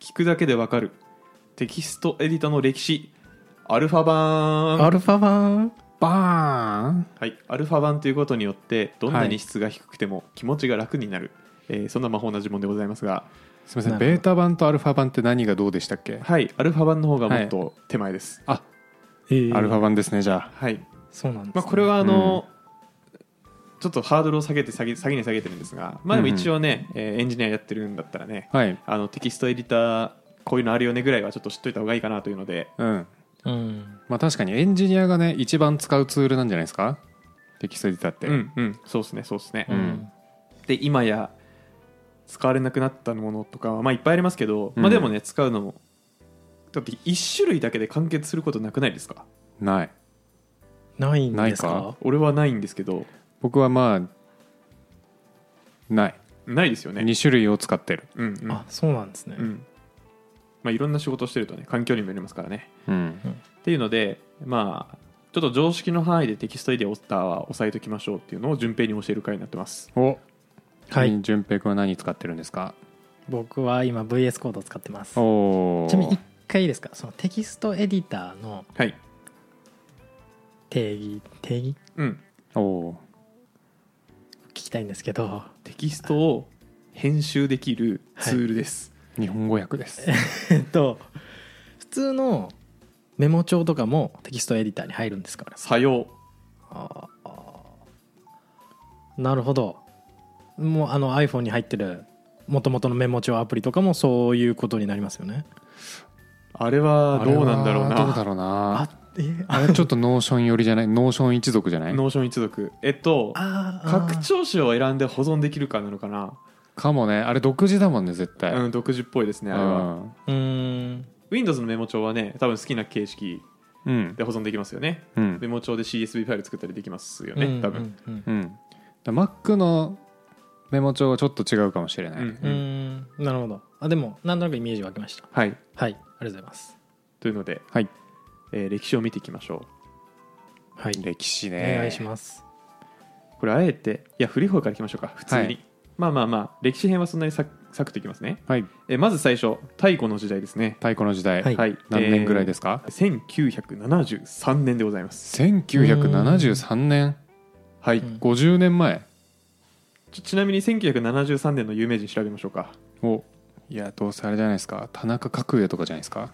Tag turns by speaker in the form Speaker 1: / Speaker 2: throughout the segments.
Speaker 1: 聞くだけでわかるテキストエディタの歴史アルファ
Speaker 2: ア
Speaker 1: 版
Speaker 2: ルファ版バーン
Speaker 1: はいアルファ版ということによってどんな
Speaker 2: は
Speaker 1: に
Speaker 2: い
Speaker 1: 質が低くても気持ちが楽になる、えーそんな魔法な呪文でございますが
Speaker 3: すみませ
Speaker 2: なんるほど
Speaker 3: ベータ版とアルファ版って何がどうでしたっけ
Speaker 1: はいアルファ版の方がもっと手前です
Speaker 3: あ
Speaker 2: えー
Speaker 3: アルファ版ですねじゃあ
Speaker 1: はい、
Speaker 2: そうなんですね、
Speaker 1: まあ、これはあの、ちょっとハードルを下げて下げ下げに下げてるんですがまあでも一応ね、えーエンジニアやってるんだったらね
Speaker 3: はい
Speaker 1: あのテキストエディターこういうのあるよねぐらいはちょっと知っといた方がいいかなというので
Speaker 3: うん
Speaker 2: うん
Speaker 3: まあ確かにエンジニアがね一番使うツールなんじゃないですかテキストエディターって、
Speaker 1: うんうんそうですねそうですね、
Speaker 2: うん、
Speaker 1: で今や使われなくなったものとかはまあいっぱいありますけど、
Speaker 3: うん
Speaker 1: まあでもね使うのもだって1種類だけで完結することなくないですか
Speaker 3: ない
Speaker 2: ないんですか
Speaker 3: ないか
Speaker 1: 俺はないんですけど
Speaker 3: 僕はまあない、
Speaker 1: ないですよね
Speaker 3: 2種類を使ってる
Speaker 1: うんうん
Speaker 2: あそうなんですね、
Speaker 1: うんまあいろんな仕事してるとね環境にもよりますからね
Speaker 3: うん
Speaker 1: っていうのでまあちょっと常識の範囲でテキストエディオスターは押さえときましょうっていうのを順平に教える回になってます
Speaker 3: お
Speaker 2: はい
Speaker 3: 順平君は何使ってるんですか
Speaker 2: 僕は今 VS コードを使ってますち
Speaker 3: おお
Speaker 2: なみに一回いいですかそのテキストエディターの
Speaker 1: はい
Speaker 2: 定義定義
Speaker 1: うん
Speaker 3: おお
Speaker 2: 聞きたいんですけど
Speaker 1: テキストを編集できるツールです、
Speaker 3: ー日本語訳です
Speaker 2: えっと普通のメモ帳とかもテキストエディターに入るんですか
Speaker 1: 作用
Speaker 2: あーなるほどもうあの iPhone に入ってる元々のメモ帳アプリとかもそういうことになりますよね
Speaker 1: あれはどうなんだろう
Speaker 3: あ
Speaker 1: な
Speaker 3: れはどうだろうな
Speaker 2: え
Speaker 3: あれちょっとノーション寄りじゃないノーション一族じゃない
Speaker 1: ノーション一族えっと
Speaker 2: あー
Speaker 1: 拡張子を選んで保存できるかなのかな、
Speaker 3: かもねあれ独自だもんね絶対、
Speaker 1: うん、独自っぽいですねあれは
Speaker 2: うーん
Speaker 1: Windows のメモ帳はね多分好きな形式
Speaker 3: うん
Speaker 1: で保存できますよね
Speaker 3: うん
Speaker 1: メモ帳で CSV ファイル作ったりできますよ
Speaker 2: う
Speaker 1: ね
Speaker 2: ん
Speaker 1: 多分
Speaker 2: うん
Speaker 3: うんだ Mac のメモ帳はちょっと違うかもしれない、
Speaker 1: うん
Speaker 2: うんうーんなるほどあでもなんとなくイメージ湧きました
Speaker 1: はい
Speaker 2: はいありがとうございます
Speaker 1: というので、
Speaker 3: はい
Speaker 1: えー歴史を見ていきましょ
Speaker 2: はい
Speaker 3: 歴史
Speaker 2: お
Speaker 3: ね
Speaker 2: 願いします
Speaker 1: うこれあえていや古い方からいきましょうか普通に、
Speaker 3: はい
Speaker 1: まあまあまあ歴史編はそんなにサクサクといきますね、
Speaker 3: はい
Speaker 1: えーまず最初太古の時代ですね
Speaker 3: 太古の時代、
Speaker 2: はい
Speaker 1: はい
Speaker 3: 何年ぐらいですすか、
Speaker 1: 1973年でございます
Speaker 3: 1973年
Speaker 1: はい、
Speaker 2: うん
Speaker 3: 50年前
Speaker 1: ちちなみに1973年の有名人調べましょうか
Speaker 3: をいやどうせあれじゃないですか田中角栄とかじゃないですか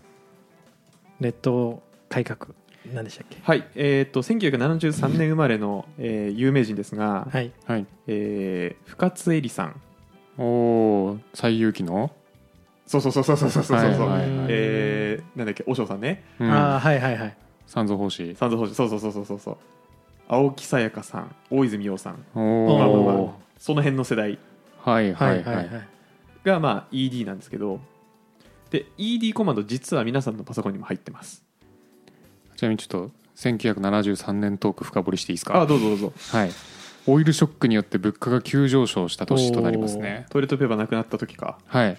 Speaker 2: 列島改革何でしたっけ
Speaker 1: はい、えー、と1973年生まれの、えー有名人ですが、
Speaker 2: はい
Speaker 3: はい
Speaker 1: えー深津絵里さん
Speaker 3: おお最有機の
Speaker 1: そうそうそうそうそうそうそう、
Speaker 3: はいはいはい
Speaker 1: えーなんだっけ和尚さんね
Speaker 3: うん
Speaker 2: ああはいはいはい
Speaker 3: 三蔵法師
Speaker 1: 三蔵法師そうそうそうそうそうそう青木さやかさん大泉洋さん
Speaker 3: お
Speaker 1: まあまあまあ
Speaker 3: お
Speaker 1: その辺の世代
Speaker 3: はいは
Speaker 2: はいいはい
Speaker 3: は
Speaker 2: はいい
Speaker 1: が、まあ、ED なんですけどで ED コマンド実は皆さんのパソコンにも入ってます
Speaker 3: ちなみにちょっと1973年トーク深掘りしていいです
Speaker 1: あ
Speaker 3: か
Speaker 1: どうぞどうぞ
Speaker 3: はいオイルショックによって物価が急上昇した年となりますね
Speaker 1: トイレットペーパーなくなった時か
Speaker 3: はい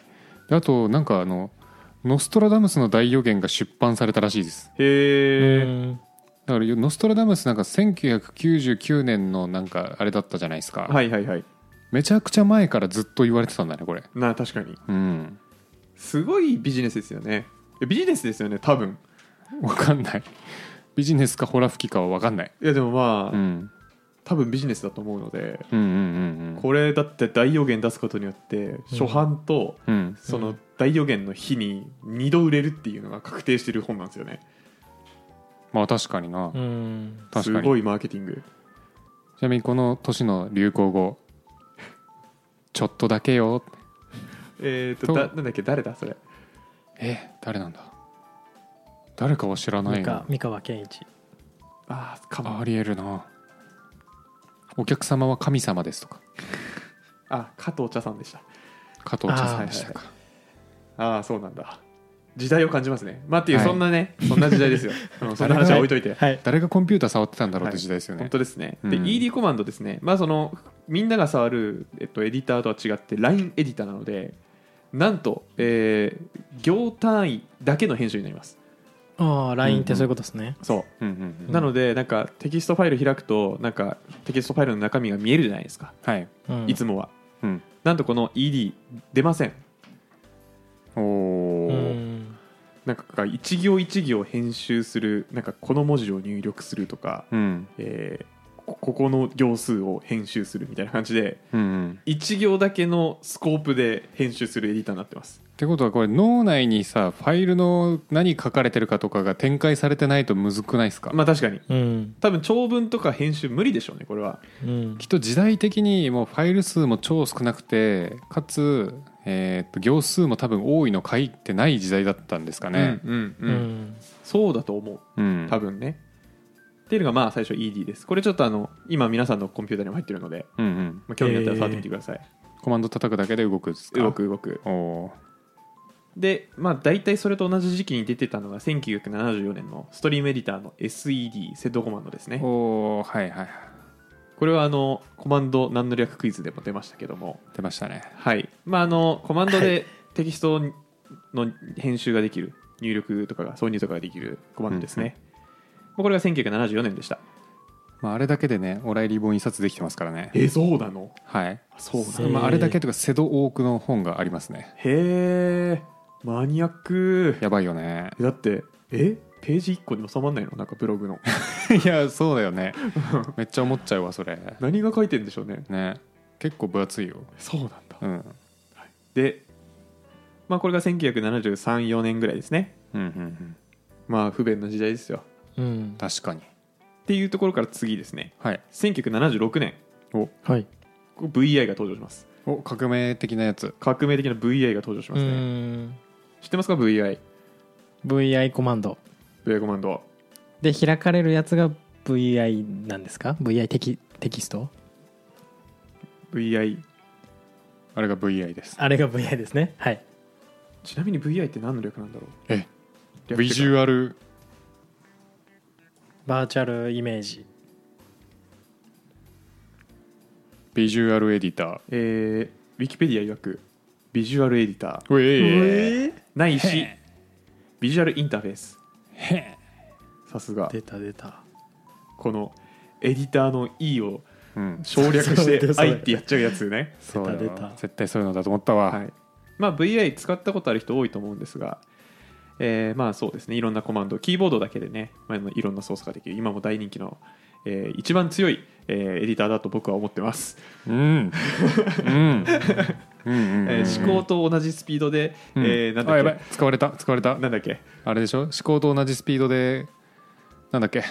Speaker 3: であとなんかあの「ノストラダムスの大予言」が出版されたらしいです
Speaker 1: へ
Speaker 2: う
Speaker 1: え
Speaker 2: ん
Speaker 3: だからノストラダムスなんか1999年のなんかあれだったじゃないですか、
Speaker 1: はいはいはい
Speaker 3: めちゃくちゃ前からずっと言われてたんだねこれ
Speaker 1: な確かに
Speaker 3: うん
Speaker 1: すごいビジネスですよねえビジネスですよね多分
Speaker 3: わかんないビジネスかホラ吹きかはわかんない、
Speaker 1: いやでもまあ、
Speaker 3: うん、
Speaker 1: 多分ビジネスだと思うので
Speaker 3: うんうんうん
Speaker 1: これだって大予言出すことによって初版と
Speaker 3: うんうん
Speaker 1: その大予言の日に2度売れるっていうのが確定してる本なんですよね
Speaker 3: まあ確かにな、
Speaker 2: うん
Speaker 3: 確か
Speaker 1: す
Speaker 3: に
Speaker 1: ごいマーケティング
Speaker 3: ちなみにこの年の流行語ちょっとだけよ
Speaker 1: えっ、と
Speaker 3: そう
Speaker 1: だなんだっけ誰だそれ
Speaker 3: え誰なんだ誰かは知らな
Speaker 2: 三
Speaker 3: い
Speaker 2: 河
Speaker 3: な
Speaker 2: 三河健一
Speaker 1: ああか
Speaker 3: あ
Speaker 1: も
Speaker 3: ありえるなお客様は神様ですとか
Speaker 1: あ加藤茶さんでした
Speaker 3: 加藤茶さんでしたか
Speaker 1: ああそうなんだ時代を感じますねまあっていう
Speaker 3: はい
Speaker 1: そんなね、そんな時代 ですよ、うんそんな話は置いといて
Speaker 2: はい
Speaker 3: 誰がコンピューター触ってたんだろうって時代ですよね、
Speaker 1: 本当ですね、で
Speaker 3: うん
Speaker 1: ED コマンドですねまあそのみんなが触る、えっと、エディターとは違って LINE エディターなのでなんと、えー行単位だけの編集になります
Speaker 2: ああ LINE ってそういうことですね
Speaker 1: そ
Speaker 3: うんうん
Speaker 1: う、
Speaker 3: うん
Speaker 1: なのでなんかテキストファイル開くとなんかテキストファイルの中身が見えるじゃないですか、
Speaker 3: はい、
Speaker 1: いつもは
Speaker 3: うん、
Speaker 1: なんとこの ED 出ません
Speaker 3: おお、
Speaker 2: うん
Speaker 1: なんか一行一行編集するなんかこの文字を入力するとか、
Speaker 3: うん
Speaker 1: えーこここの行数を編集するみたいな感じで
Speaker 3: うんうん
Speaker 1: 一行だけのスコープで編集するエディターになってます
Speaker 3: ってことはこれ脳内にさファイルの何書かれてるかとかが展開されてないとむずくないですか、
Speaker 1: まあ確かに
Speaker 2: うん
Speaker 1: 多分長文とか編集無理でしょうねこれは
Speaker 2: うん
Speaker 3: きっと時代的にもうファイル数も超少なくてかつ、えーと行数も多分多いの書いてない時代だったんですかね、
Speaker 1: うんうん
Speaker 2: う
Speaker 1: うん、
Speaker 2: ん
Speaker 1: そうだと思う
Speaker 3: うん
Speaker 1: 多分ね、っていうのがまあ最初 ED ですこれちょっとあの今皆さんのコンピューターにも入ってるので、
Speaker 3: うんうん
Speaker 1: まあ、興味があったら触ってみてください、
Speaker 3: コマンド叩くだけで動くっすか
Speaker 1: 動く動く
Speaker 3: おー
Speaker 1: でまあ大体それと同じ時期に出てたのが1974年のストリームエディターの SED セットコマンドですね
Speaker 3: おーはいはいはい
Speaker 1: これはあのコマンド何の略クイズでも出ましたけども
Speaker 3: 出ましたね
Speaker 1: はいまああのコマンドでテキストの編集ができる入力とかが挿入とかができるコマンドですね、これが1974年でした
Speaker 3: まあ、あれだけでねオライリー本印刷できてますからね
Speaker 1: えそうなの
Speaker 3: はい、
Speaker 1: そうな
Speaker 2: へ
Speaker 1: の
Speaker 2: ー
Speaker 3: まあ、あれだけというか瀬戸多くの本がありますね
Speaker 1: へえマニアック
Speaker 3: やばい よね
Speaker 1: だってえページ1個に収まんないのなんかブログの
Speaker 3: いやそうだよね めっちゃ思っちゃうわそれ
Speaker 1: 何が書いてんでしょうね
Speaker 3: ね結構分厚いよ
Speaker 1: そうなんだ
Speaker 3: うん
Speaker 1: で、まあ、これが1973-4年ぐらいですね
Speaker 3: うんうんうん
Speaker 1: まあ不便な時代ですよ
Speaker 2: うん
Speaker 3: 確かに
Speaker 1: っていうところから次ですね
Speaker 3: はい
Speaker 1: 1976年
Speaker 3: お
Speaker 2: はい
Speaker 1: ここ VI が登場します
Speaker 3: お革命的なやつ
Speaker 1: 革命的な VI が登場し
Speaker 2: う
Speaker 1: ますね、
Speaker 2: ん
Speaker 1: 知ってますか VI
Speaker 2: VI コマンド
Speaker 1: VI コマンド
Speaker 2: で開かれるやつが VI なんですか VI テキテキスト
Speaker 1: VI
Speaker 3: あれが VI です
Speaker 2: あれが VI ですねはい
Speaker 1: ちなみに VI って何の略なんだろう
Speaker 3: え
Speaker 1: 略
Speaker 3: ビジュアル
Speaker 2: バーチャルイメージ
Speaker 3: ビジュアルエディタ
Speaker 1: えー、ウィキペディア曰くビジュアルエディター
Speaker 3: ーうえー
Speaker 1: ないし
Speaker 3: へ
Speaker 1: ビジュアルインターフェース
Speaker 3: へ
Speaker 1: さすが
Speaker 2: 出た出た
Speaker 1: このエディターの E を
Speaker 3: うん
Speaker 1: 省略し
Speaker 2: そうで
Speaker 1: て
Speaker 2: す
Speaker 1: I ってやっちゃうやつね、
Speaker 3: そう
Speaker 2: 出
Speaker 3: よ
Speaker 2: た出た
Speaker 3: 絶対そういうのだと思ったわ、
Speaker 1: はいまあ、VI 使ったことある人多いと思うんですが、えーまあそうですねいろんなコマンドキーボードだけでね、まあ、いろんな操作ができる今も大人気の、えー一番強い、えーエディターだと僕は思ってます、
Speaker 3: うんうんうんうんうん
Speaker 1: えー思考と同じスピードで、
Speaker 3: うん
Speaker 1: えーなん
Speaker 3: あやば
Speaker 1: だっ
Speaker 3: い使われた使われた
Speaker 1: けなんだっけ
Speaker 3: あれでしょ思考と同じスピードでなんだっけ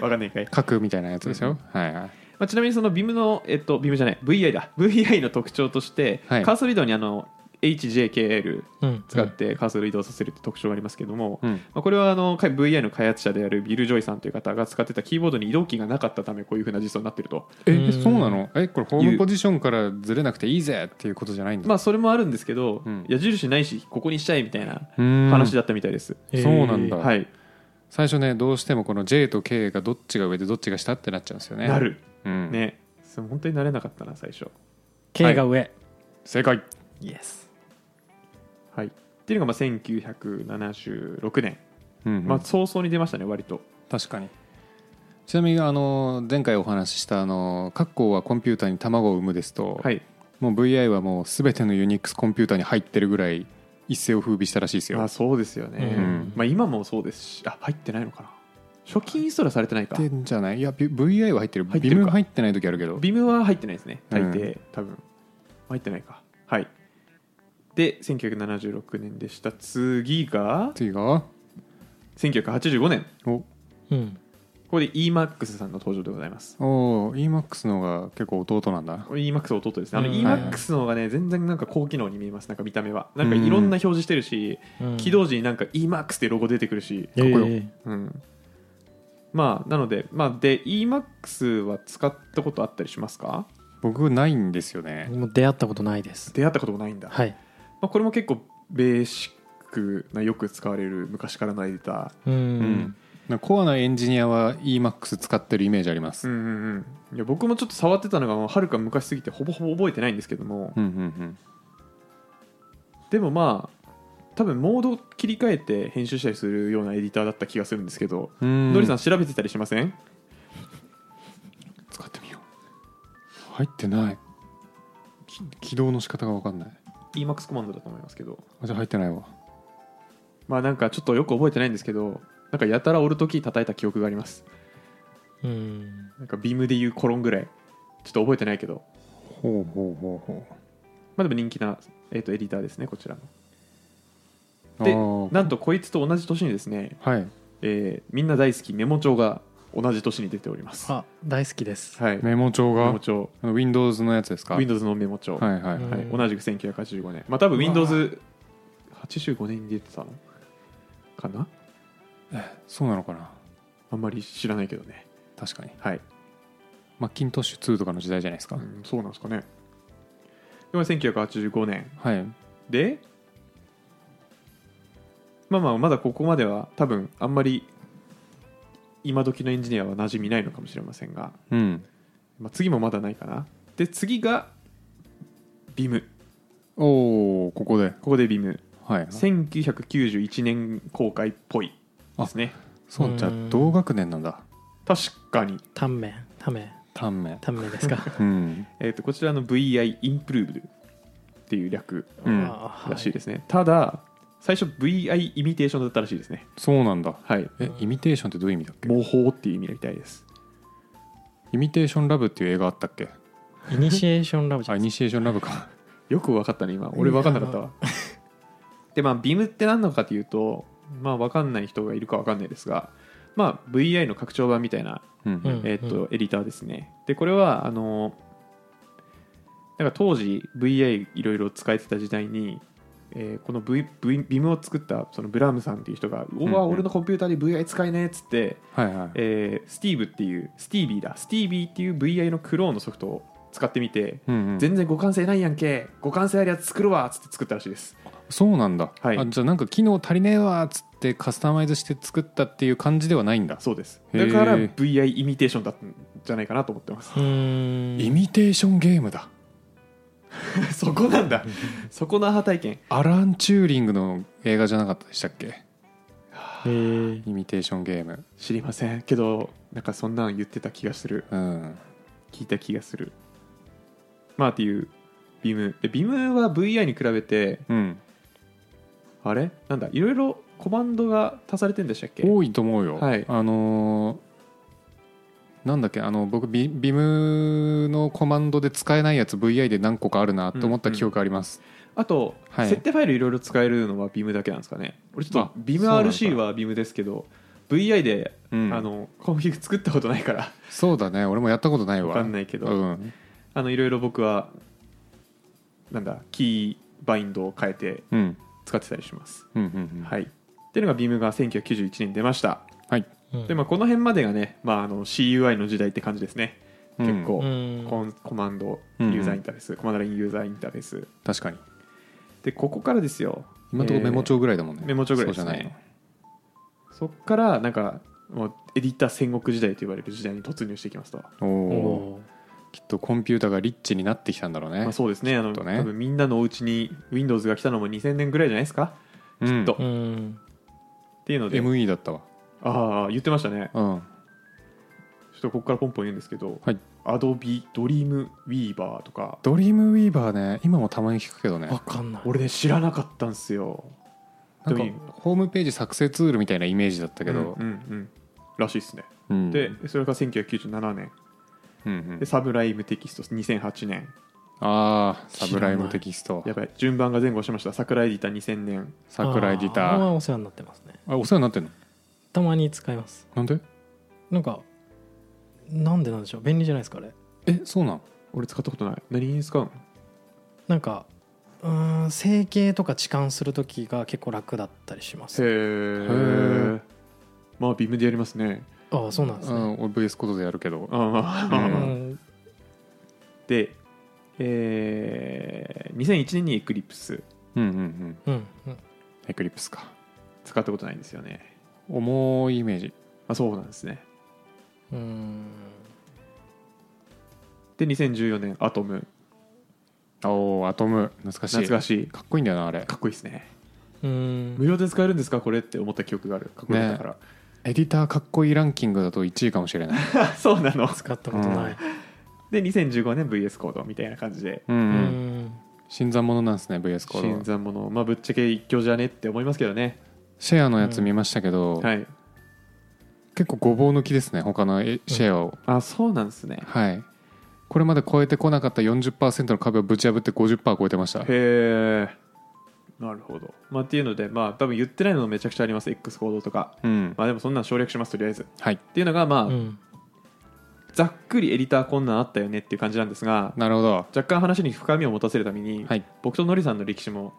Speaker 1: わかんないかい、
Speaker 3: 書くみたいなやつでしょ、はいはい
Speaker 1: まあ、ちなみにそのビムのえっとビムじゃない VI だ VI の特徴として、
Speaker 3: はい
Speaker 1: カーソル移動にあの HJKL
Speaker 2: うん
Speaker 1: 使ってカーソル移動させるって特徴がありますけども、
Speaker 3: うん
Speaker 1: まあ、これはあのか VI の開発者であるビル・ジョイさんという方が使ってたキーボードに移動キーがなかったためこういうふうな実装になってると、
Speaker 2: うん
Speaker 3: えそうなのえこれホームポジションからずれなくていいぜっていうことじゃないんだ、
Speaker 1: まあ、それもあるんですけど、
Speaker 3: うん
Speaker 1: 矢印ないしここにしちゃえみたいな
Speaker 3: うん
Speaker 1: 話だったみたいです、
Speaker 2: えー
Speaker 3: そうなんだ、
Speaker 1: はい、
Speaker 3: 最初ねどうしてもこの J と K がどっちが上でどっちが下ってなっちゃうんですよね
Speaker 1: な、る
Speaker 3: うん
Speaker 1: ねそう本当になれなかったな最初
Speaker 2: K が上、
Speaker 3: 正解
Speaker 2: イエス
Speaker 1: はいっていうのがまあ1976年、
Speaker 3: うんうん
Speaker 1: まあ、早々に出ましたね割と
Speaker 3: 確かにちなみにあの前回お話ししたあの「括弧はコンピューターに卵を産む」ですと、
Speaker 1: はい
Speaker 3: もう VI はもう全てのユニックスコンピューターに入ってるぐらい一世を風靡したらしいですよ、
Speaker 1: まあそうですよね、
Speaker 3: うん
Speaker 1: まあ、今もそうですしあ入ってないのかな初期インストールはされてないか
Speaker 3: 入ってんじゃないいやビ VI は入ってる
Speaker 1: 入ってる
Speaker 3: ビ
Speaker 1: か
Speaker 3: ム入ってない時あるけど
Speaker 1: ビムは入ってないですね
Speaker 3: うん
Speaker 1: 大抵、多分入ってないかはいで1976年でした次が
Speaker 3: 次が
Speaker 1: 1985年
Speaker 3: お
Speaker 2: うん
Speaker 1: ここで EMAX さんの登場でございます
Speaker 3: おー EMAX の方が結構弟なんだ
Speaker 1: これ EMAX 弟ですねあの
Speaker 2: うん
Speaker 1: EMAX の方がね全然なんか高機能に見えますなんか見た目はなんかいろんな表示してるし、
Speaker 2: うん
Speaker 1: 起動時になんか EMAX ってロゴ出てくるし
Speaker 2: えー
Speaker 3: こよ
Speaker 1: うんまあなのでまあで EMAX は使ったことあったりしますか
Speaker 3: 僕ないんですよね
Speaker 2: もう出会ったことないです
Speaker 1: 出会ったこともないんだ
Speaker 2: はい
Speaker 1: まあ、これも結構ベーシックなよく使われる昔からのエディタ
Speaker 2: うん、
Speaker 3: うんなんかコアなエンジニアは EMAX 使ってるイメージありま
Speaker 1: ー、
Speaker 3: す
Speaker 1: うんうんうん、いや僕もちょっと触ってたのがもうはるか昔すぎてほぼほぼ覚えてないんですけども、
Speaker 3: うんうん
Speaker 1: でもまあ多分モード切り替えて編集したりするようなエディターだった気がするんですけど、
Speaker 3: うんうん
Speaker 1: のりさん調べてたりしません
Speaker 3: 使ってみよう入ってないき起動の仕方が分かんない
Speaker 1: ?EMAX コマンドだと思いますけど
Speaker 3: あじゃあ入ってないわ
Speaker 1: まあなんかちょっとよく覚えてないんですけどなんかやたら折る時叩いた記憶があります
Speaker 2: うん
Speaker 1: なんかビームでいうコロンぐらいちょっと覚えてないけど
Speaker 3: ほうほうほうほ
Speaker 1: まあでも人気な、えー、とエディターですねこちらの
Speaker 3: う
Speaker 1: で
Speaker 3: あー
Speaker 1: なんとこいつと同じ年にですね、
Speaker 3: はい
Speaker 1: えーみんな大好きメモ帳が同じ年に出ておりますは
Speaker 2: あ大好きです、
Speaker 1: いメ
Speaker 3: メモ帳が
Speaker 1: モ帳
Speaker 3: あの Windows のやつですか
Speaker 1: Windows のメモ帳、
Speaker 3: はいはい、
Speaker 2: うん
Speaker 1: はい、同じく1985年まあ多分 Windows85 年に出てたのかな
Speaker 3: そうなのかな
Speaker 1: あんまり知らないけどね
Speaker 3: 確かに
Speaker 1: はい、
Speaker 3: マッキントッシュ2とかの時代じゃないですか、
Speaker 1: うんそうなんですかねでも1985年
Speaker 3: はい
Speaker 1: でまあまあまだここまでは多分あんまり今時のエンジニアは馴染みないのかもしれませんが、
Speaker 3: うん
Speaker 1: まあ、次もまだないかなで次がビム
Speaker 3: おおここで
Speaker 1: ここでビム
Speaker 3: はい
Speaker 1: 1991年公開っぽいですね
Speaker 3: そうじゃあ
Speaker 2: うん
Speaker 3: 同学年なんだ
Speaker 1: 確かに、
Speaker 2: タンメンタンメン
Speaker 3: 短命
Speaker 2: タンメンですか
Speaker 3: うん
Speaker 1: えー、とこちらの VI インプルーブルっていう略
Speaker 3: うん
Speaker 2: あ
Speaker 1: らしいですね、ただ最初 VI イミテーションだったらしいですね
Speaker 3: そうなんだ
Speaker 1: はい
Speaker 3: えイミテーションってどういう意味だっけ
Speaker 1: 模倣っていう意味みたいです
Speaker 3: イミテーションラブっていう映画あったっけ
Speaker 2: はいイニシエーションラブじゃ
Speaker 3: あイ
Speaker 2: ないで
Speaker 3: ニ
Speaker 2: す
Speaker 3: シエーションラブか
Speaker 1: よく分かったね今俺分かんなかったわでまあビムって何なのかというとまあ分かんない人がいるか分かんないですがまあ VI の拡張版みたいな、
Speaker 3: うん、
Speaker 2: うん
Speaker 1: えーっとエディターですねでこれはあのなんか当時 VI いろいろ使えてた時代にえーこの、v v、ビムを作ったそのブラームさんっていう人が「うわ
Speaker 3: うん
Speaker 1: 俺のコンピューターで VI 使えねえ」っつって、
Speaker 3: はいはい
Speaker 1: えースティーブっていうスティービーだスティービーっていう VI のクローンのソフトを使ってみて
Speaker 3: うんうん、
Speaker 1: 全然互換性ないやんけ互換性あるやつ作るわっつって作ったらしいです
Speaker 3: そうなんだ、
Speaker 1: はい
Speaker 3: あじゃあなんか機能足りねえわっつってカスタマイズして作ったっていう感じではないんだ
Speaker 1: そうです
Speaker 3: へ
Speaker 1: だ
Speaker 3: ー
Speaker 1: から VI イミテーションだったんじゃないかなと思ってます
Speaker 2: うーん
Speaker 3: イミテーションゲームだ
Speaker 1: そこなんだそこのアハ体験
Speaker 3: アラン・チューリングの映画じゃなかったでしたっけ
Speaker 2: へー
Speaker 3: イミテーションゲーム
Speaker 1: 知りませんけどなんかそんなん言ってた気がする
Speaker 3: うん
Speaker 1: 聞いた気がするまあっていうビムでビムは VI に比べて
Speaker 3: うん
Speaker 1: あれなんだいろいろコマンドが足されてんでしたっけ
Speaker 3: 多いと思うよ、
Speaker 1: はい
Speaker 3: あのーなんだっけあの僕ビビムのコマンドで使えないやつ VI で何個かあるなと思った記憶あります、
Speaker 1: あと、
Speaker 3: はい
Speaker 1: 設定ファイルいろいろ使えるのはビムだけなんですかね俺ちょっ
Speaker 3: あ
Speaker 1: とビ
Speaker 3: そ
Speaker 1: ム
Speaker 3: うなんだ
Speaker 1: RC はビムですけど VI で、
Speaker 3: うん
Speaker 1: あのコンフィグ作ったことないから
Speaker 3: そうだね俺もやったことないわ
Speaker 1: わかんないけど、
Speaker 3: うん
Speaker 1: あのいろいろ僕はなんだキーバインドを変えて
Speaker 3: うん
Speaker 1: 使ってたりします、
Speaker 3: うんうんうん
Speaker 1: はいっていうのがビームが1991年に出ました
Speaker 3: はい
Speaker 2: うん
Speaker 1: で、まあ、この辺までがね、まあ、あの CUI の時代って感じですね、
Speaker 3: うん
Speaker 1: 結構、
Speaker 2: うん
Speaker 1: コンコマンドユーザーインターフェース、コマンドラインユーザーインターフェース
Speaker 3: 確かに
Speaker 1: でここからですよ
Speaker 3: 今のところメモ帳ぐらいだもんね、
Speaker 1: えーメモ帳ぐらいで
Speaker 3: そう
Speaker 1: す
Speaker 3: じゃないの
Speaker 1: ねそっからなんかもうエディター戦国時代と言われる時代に突入していきますと、
Speaker 3: おお
Speaker 2: おー
Speaker 3: きっとコンピュータがリッチになってきたんだろうね、
Speaker 1: まあ、そうですねあの
Speaker 3: きっとね
Speaker 1: 多分みんなのお家に Windows が来たのも2000年ぐらいじゃないですか
Speaker 3: うん
Speaker 1: きっと
Speaker 2: うん
Speaker 1: っていうので、
Speaker 3: ME だったわ
Speaker 1: ああ言ってましたね
Speaker 3: うん
Speaker 1: ちょっとここからポンポン言うんですけど、
Speaker 3: はい
Speaker 1: アドビドリームウィーバーとか
Speaker 3: ドリームウィーバーね今もたまに聞くけどね
Speaker 2: わかんない
Speaker 1: 俺ね知らなかったんですよ
Speaker 3: なんか
Speaker 1: ドリーム
Speaker 3: ホームページ作成ツールみたいなイメージだったけど
Speaker 1: うんうん、うんらしいですね、
Speaker 3: うん
Speaker 1: でそれが1997年
Speaker 3: うんうん
Speaker 1: でサブライムテキスト2008年
Speaker 3: ああサブライムテキスト
Speaker 1: やばい順番が前後しました桜エディター2000年
Speaker 3: 桜井ギタ
Speaker 2: あー
Speaker 3: ー
Speaker 2: お世話になってますね
Speaker 3: あお世話になってんの
Speaker 2: たまに使います
Speaker 3: なんで
Speaker 2: なんかなんでなんでしょう便利じゃないですかあれ
Speaker 3: えそうなん
Speaker 1: 俺使ったことない何に使うの
Speaker 2: なんかうーん整形とか置換する時が結構楽だったりします
Speaker 1: へえまあビームでやりますね
Speaker 2: ああそうなんです
Speaker 3: う
Speaker 2: ね
Speaker 3: ん俺 VS コードでやるけど
Speaker 1: あーまあまあ
Speaker 2: う
Speaker 1: まあ
Speaker 2: ん
Speaker 1: でえー2001年にエクリプス
Speaker 3: うんうんうん
Speaker 2: うんうん
Speaker 3: エクリプスか
Speaker 1: 使ったことないんですよね
Speaker 3: 重いイメージ
Speaker 1: あそうなんですね
Speaker 2: うん
Speaker 1: で2014年アトム
Speaker 3: おおアトム懐かしい
Speaker 1: 懐かしい
Speaker 3: かっこいいんだよなあれ
Speaker 1: かっこいいですね
Speaker 2: うん
Speaker 1: 無料で使えるんですかこれって思った記憶があるかっこよかったから、
Speaker 3: エディターかっこいいランキングだと1位かもしれない
Speaker 1: そうなの
Speaker 2: 使ったことない
Speaker 1: で2015年 VS コードみたいな感じで
Speaker 3: うん、
Speaker 2: う
Speaker 3: うん、
Speaker 2: ん
Speaker 3: 新参者なんですね VS コードは
Speaker 1: 新参者まあぶっちゃけ一強じゃねって思いますけどね
Speaker 3: シェアのやつ見ましたけど、
Speaker 1: はい、
Speaker 3: 結構ごぼう抜きですね他のえシェアを、
Speaker 1: あそうなんですね
Speaker 3: はいこれまで超えてこなかった40%の壁をぶち破って50%超えてました
Speaker 1: へえなるほど、まあ、っていうのでまあ多分言ってないのめちゃくちゃあります X 行動とか
Speaker 3: うん
Speaker 1: まあでもそんなん省略しますとりあえずっ
Speaker 3: はい
Speaker 1: ていうのがまあ、
Speaker 2: うん
Speaker 1: ざっくりエディターこんなんあったよねっていう感じなんですが
Speaker 3: なるほど
Speaker 1: 若干話に深みを持たせるために、
Speaker 3: はい
Speaker 1: 僕とノリさんの歴史も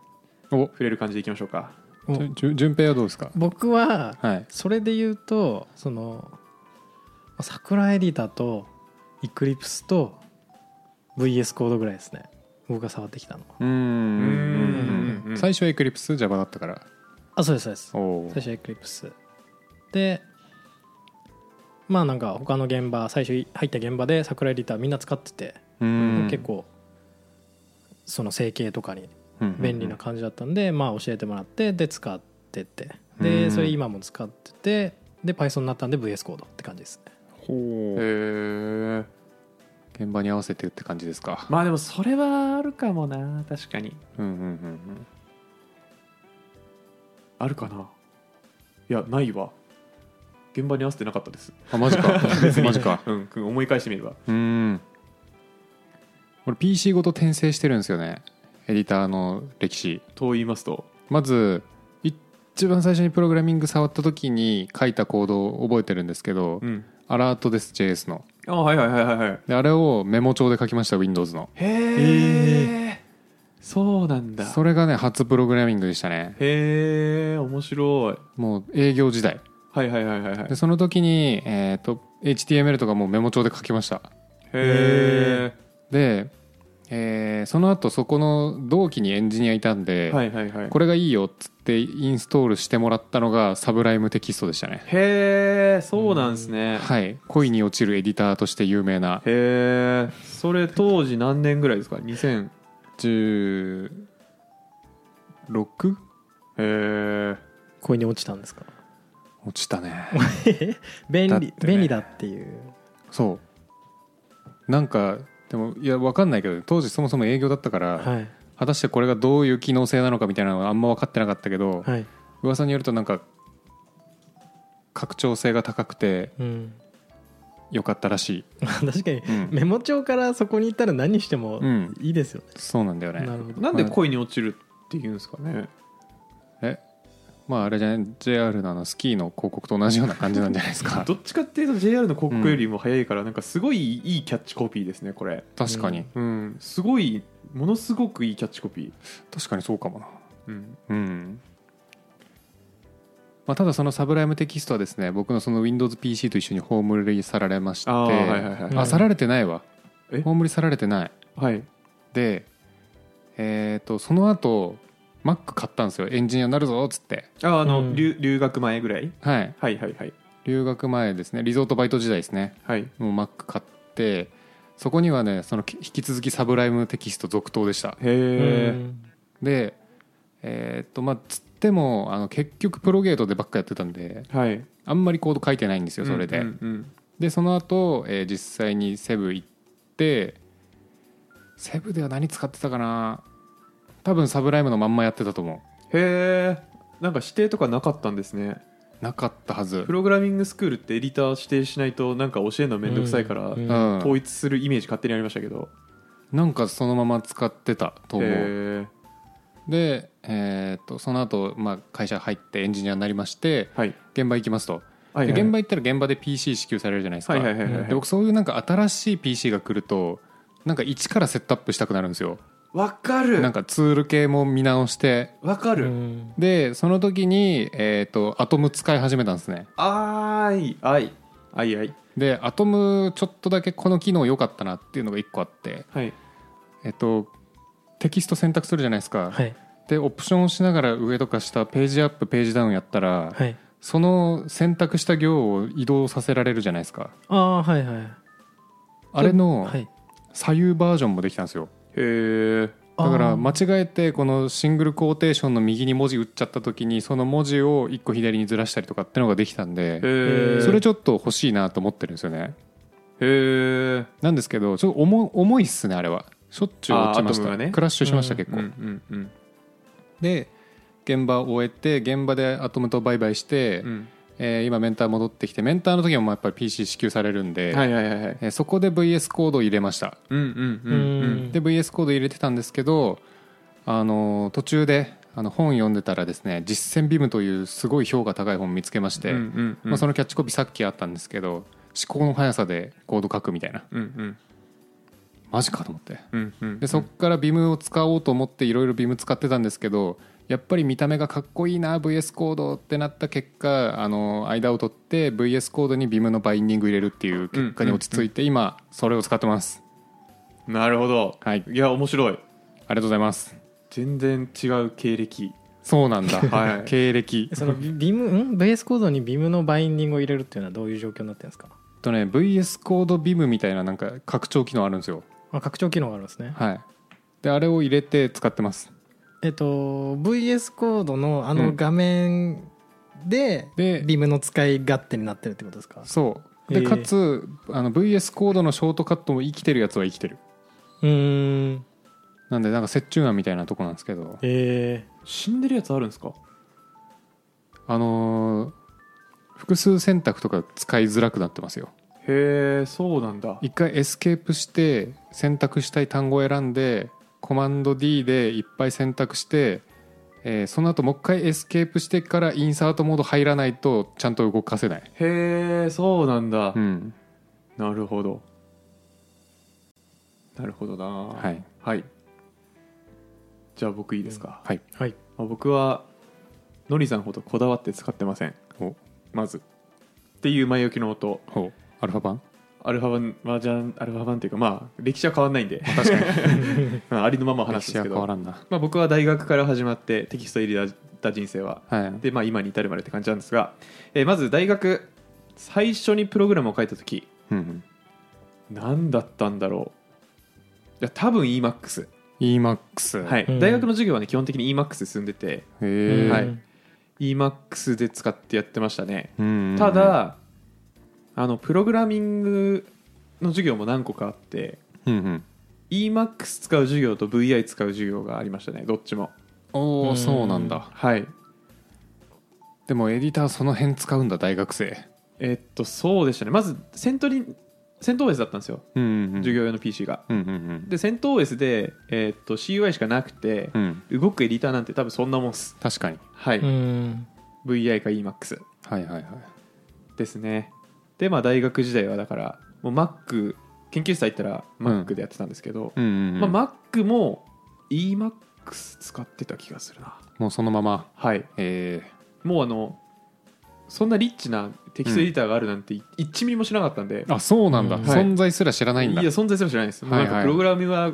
Speaker 3: お
Speaker 1: 触れる感じでいきましょうか
Speaker 2: お
Speaker 3: じゅじゅ順平はどうですか
Speaker 2: 僕は
Speaker 3: はい
Speaker 2: それで言うとその桜エディターとイクリプスと VS コードぐらいですね僕が触ってきたのは
Speaker 3: うーん
Speaker 1: うん
Speaker 3: うん最初はエクリプス Java だったから
Speaker 2: あそうですそうです
Speaker 3: お
Speaker 2: 最初はエクリプスでまあなんか他の現場最初入った現場で桜エディターみんな使ってて、結構その整形とかに便利な感じだったんで、まあ教えてもらってで使ってて
Speaker 3: うん
Speaker 2: でそれ今も使っててで Python になったんで VS コードって感じですね
Speaker 3: ほう
Speaker 1: へえ
Speaker 3: 現場に合わせてって感じですか
Speaker 1: まあでもそれはあるかもな確かに
Speaker 3: うんうんうん
Speaker 1: あるかないやないわ現場に合わせてなかったです
Speaker 3: あマジ かマジか
Speaker 1: うん思い返してみれば
Speaker 3: うーん俺 PC ごと転生してるんですよねエディターの歴史
Speaker 1: と言いますと
Speaker 3: まず一番最初にプログラミング触った時に書いたコードを覚えてるんですけど、
Speaker 1: うん
Speaker 3: アラートです JS の
Speaker 1: あはいはいはいはいはい
Speaker 3: であれをメモ帳で書きました Windows の
Speaker 1: へえそうなんだ
Speaker 3: それがね初プログラミングでしたね
Speaker 1: へえ面白い
Speaker 3: もう営業時代
Speaker 1: はいはいはいはいはい
Speaker 3: でその時に、えー、と HTML とかもうメモ帳で書きました
Speaker 1: へ
Speaker 3: で、えーその後そこの同期にエンジニアいたんで、
Speaker 1: えはいはいはい
Speaker 3: これがいいよっつってインストールしてもらったのがサブライムテキストでしたね
Speaker 1: へえそうなんですね
Speaker 3: はい恋に落ちるエディターとして有名な
Speaker 1: へえそれ当時何年ぐらいですか2000
Speaker 3: 16? 落
Speaker 1: へえ
Speaker 2: これに落ちたんです か
Speaker 3: ちた ね
Speaker 2: 便
Speaker 3: だっ
Speaker 2: 利、
Speaker 3: てね
Speaker 2: 便利だっていう
Speaker 3: そうなんかでもいや分かんないけど当時そもそも営業だったから、
Speaker 2: はい
Speaker 3: 果たしてこれがどういう機能性なのかみたいなのはあんま分かってなかったけど、
Speaker 2: はい
Speaker 3: 噂によるとなんか拡張性が高くて
Speaker 2: うん
Speaker 3: 良かったらし
Speaker 2: 確かに
Speaker 3: い、うん、
Speaker 2: メモ帳からそこに行ったら何しても
Speaker 3: うん
Speaker 2: いいですよね、
Speaker 3: そうなんだよね
Speaker 2: なるほど
Speaker 1: なんで恋に落ちるっていうんですかね
Speaker 3: まああれじゃない JR のあのスキーの広告と同じような感じなんじゃないです か
Speaker 1: どっちかっていうと JR の広告よりも早いからなんかすごいいいキャッチコピーですねこれ
Speaker 3: 確かに、
Speaker 2: うん
Speaker 1: うんすごいものすごくいいキャッチコピ
Speaker 3: 確かにそうかもな
Speaker 1: ーうん
Speaker 3: うんまあ、ただそのサブライムテキストはですね僕のその WindowsPC と一緒に葬り去られまして
Speaker 1: ああはいはいはい
Speaker 2: うん
Speaker 3: あ去られてないわ
Speaker 1: え
Speaker 3: 葬り去られてない
Speaker 1: はい
Speaker 3: でえっ、とその後 Mac 買ったんですよエンジニアになるぞっつって
Speaker 1: ああの、
Speaker 2: うん
Speaker 1: 留留学前ぐらい
Speaker 3: はい
Speaker 1: はいはいはい
Speaker 3: 留学前ですねリゾートバイト時代ですね
Speaker 1: はい
Speaker 3: もう Mac 買ってそこにはねその引き続きサブライムテキスト続投でした
Speaker 1: へえ
Speaker 2: うん
Speaker 3: でえっ、とまあつってもあの結局プロゲートでばっかやってたんで
Speaker 1: はい
Speaker 3: あんまりコード書いてないんですよそれで、
Speaker 1: うんうん
Speaker 3: でその後、えー実際にセブ行ってセブでは何使ってたかな多分サブライムのまんまやってたと思
Speaker 1: うんへえなんか指定とかなかったんですね
Speaker 3: うなかったはず
Speaker 1: プ、ログラミングスクールってエディター指定しないとなんか教えるのめんどくさいから、
Speaker 2: うん
Speaker 3: うん
Speaker 1: 統一するイメージ勝手にありましたけど
Speaker 3: なんかそのまま使ってたと思う
Speaker 1: へえ
Speaker 3: で、えー、とその後、まあ会社入ってエンジニアになりまして
Speaker 1: はい
Speaker 3: 現場行きますと、
Speaker 1: はい
Speaker 3: で現場行ったら現場で PC 支給されるじゃないですか、
Speaker 1: はいはいはいはいはい
Speaker 3: で僕そういうなんか新しい PC が来るとなんか一からセットアップしたくなるんですよ
Speaker 1: わかる
Speaker 3: なんかツール系も見直して
Speaker 1: わかる、
Speaker 2: うん
Speaker 3: でその時に、えー、とアトム使い始めたんですね
Speaker 1: あーいあいあいあい
Speaker 3: でアトムちょっとだけこの機能良かったなっていうのが1個あって
Speaker 1: はい
Speaker 3: えっ、とテキスト選択するじゃないですか、
Speaker 2: はい
Speaker 3: でオプションをしながら上とか下ページアップページダウンやったら、
Speaker 2: はい
Speaker 3: その選択した行を移動させられるじゃないですか
Speaker 2: ああはいはい
Speaker 3: あれの
Speaker 2: はい
Speaker 3: 左右バージョンもできたんですよ
Speaker 1: へえ
Speaker 3: だから
Speaker 2: あー
Speaker 3: 間違えてこのシングルクォーテーションの右に文字打っちゃった時にその文字を1個左にずらしたりとかってのができたんで
Speaker 1: へえ
Speaker 3: それちょっと欲しいなと思ってるんですよね
Speaker 1: へえ
Speaker 3: なんですけどちょっと重重いっすねあれはしょっちゅう落ちまし
Speaker 1: あーアトムが
Speaker 3: た、
Speaker 1: ね
Speaker 3: クラッシュしました、結
Speaker 1: う
Speaker 3: 構、
Speaker 1: んうんうん
Speaker 3: で現場を終えて現場でアトムと売買して、
Speaker 1: うん
Speaker 3: えー今メンター戻ってきてメンターの時もやっぱり PC 支給されるんで、
Speaker 1: はいはいはいはい
Speaker 3: えーそこで VS コードを入れました
Speaker 1: うんうんうん
Speaker 3: で VS コード入れてたんですけどあの途中であの本読んでたらですね「実践ビム」というすごい評価高い本見つけまして、
Speaker 1: うんうんうん
Speaker 3: まあ、そのキャッチコピーさっきあったんですけど思考の速さでコード書くみたいな
Speaker 1: うんうん
Speaker 3: マジかと思って
Speaker 1: うんうん
Speaker 3: でそっからビムを使おうと思っていろいろビム使ってたんですけどやっぱり見た目がかっこいいな VS コードってなった結果あの間を取って VS コードにビムのバインディング入れるっていう結果に落ち着いて今それを使ってます
Speaker 1: なるほど、
Speaker 3: はい
Speaker 1: いや面白い
Speaker 3: ありがとうございます
Speaker 1: 全然違う経歴
Speaker 3: そうなん だ、
Speaker 1: はい
Speaker 3: 経歴
Speaker 2: そのビビムんベースコードにビムのバインディングを入れるっていうのはどういう状況になってるんですか、
Speaker 3: えっとね VS コードビムみたいななんか拡張機能あるんですよ
Speaker 2: あ、拡張機能があるんですね、
Speaker 3: はいであれを入れて使ってます
Speaker 2: えっと VS コードのあ
Speaker 3: う
Speaker 2: の
Speaker 3: ん
Speaker 2: 画面で、
Speaker 3: で
Speaker 2: ビムの使い勝手になってるってことですか
Speaker 3: そう
Speaker 2: へ
Speaker 3: で
Speaker 2: え
Speaker 3: かつあの VS コードのショートカットも生きてるやつは生きてる
Speaker 2: うーん
Speaker 3: なんでなんか折衷案みたいなとこなんですけど
Speaker 2: え
Speaker 1: 死んでるやつあるんですか
Speaker 3: あのー複数選択とか使いづらくなってますよ
Speaker 1: へえそうなんだ
Speaker 3: 一回エスケープして選択したい単語を選んでコマンド D でいっぱい選択して、えーその後もう一回エスケープしてからインサートモード入らないとちゃんと動かせない、
Speaker 1: へえそうなんだ、
Speaker 3: うん
Speaker 1: なるほどなるほどなは、
Speaker 3: はいい、
Speaker 1: じゃあ僕いいですか、
Speaker 3: はい
Speaker 2: ー、はい
Speaker 1: まあ僕はのりさんほどこだわって使ってません
Speaker 3: お
Speaker 1: まずっていう前置きの音
Speaker 3: ほうアルファ版
Speaker 1: アルファ版マージャンアルファ版っていうかまあ歴史は変わんないんで確かにありの まま話すんですけ
Speaker 3: 歴史は変わ
Speaker 1: ど、
Speaker 3: らんな
Speaker 1: まあ、僕は大学から始まってテキスト入りだった人生は
Speaker 3: はい
Speaker 1: で、まあ、今に至るまでって感じなんですが、えーまず大学最初にプログラムを書いた時
Speaker 3: うんうん、
Speaker 1: 何だったんだろういや多分 EMAX、
Speaker 3: EMAX
Speaker 1: はい
Speaker 2: うん
Speaker 1: 大学の授業はね基本的に EMAX で進んでて
Speaker 3: へえ、
Speaker 1: は
Speaker 2: う
Speaker 1: い
Speaker 2: ん
Speaker 1: EMAX で使ってやってましたね
Speaker 3: うん
Speaker 1: ただあのプログラミングの授業も何個かあって
Speaker 3: うんうん、
Speaker 1: EMAX 使う授業と VI 使う授業がありましたねどっちも
Speaker 3: お
Speaker 2: う
Speaker 3: お
Speaker 2: ん
Speaker 3: そうなんだ
Speaker 1: はい
Speaker 3: でもエディターその辺使うんだ大学生
Speaker 1: えっとそうでしたねまずセントリセント OS だったんですよ
Speaker 3: うんうん
Speaker 1: 授業用の PC が、
Speaker 3: うんうん
Speaker 1: でセント OS で、えっと CUI しかなくて
Speaker 3: う、んうん
Speaker 1: 動くエディターなんて多分そんなもんっす
Speaker 3: 確かに
Speaker 1: はい、
Speaker 2: うーん
Speaker 1: VI か EMAX
Speaker 3: はいはいはい
Speaker 1: ですねでまあ大学時代はだからもう Mac 研究室入ったら Mac でやってたんですけど、
Speaker 3: うんうんうん
Speaker 1: まあ、Mac も EMAX 使ってた気がするな
Speaker 3: もうそのまま
Speaker 1: はい
Speaker 3: え
Speaker 1: もうあのそんなリッチなテキストエディターがあるなんてい1ミリも知らなかったんで、
Speaker 3: ーあそうなんだ、
Speaker 2: うん
Speaker 1: はい
Speaker 3: 存在すら知らないんだ
Speaker 1: や存在すら知らないです、もうなん
Speaker 3: はいは
Speaker 1: か
Speaker 3: い
Speaker 1: プログラミングは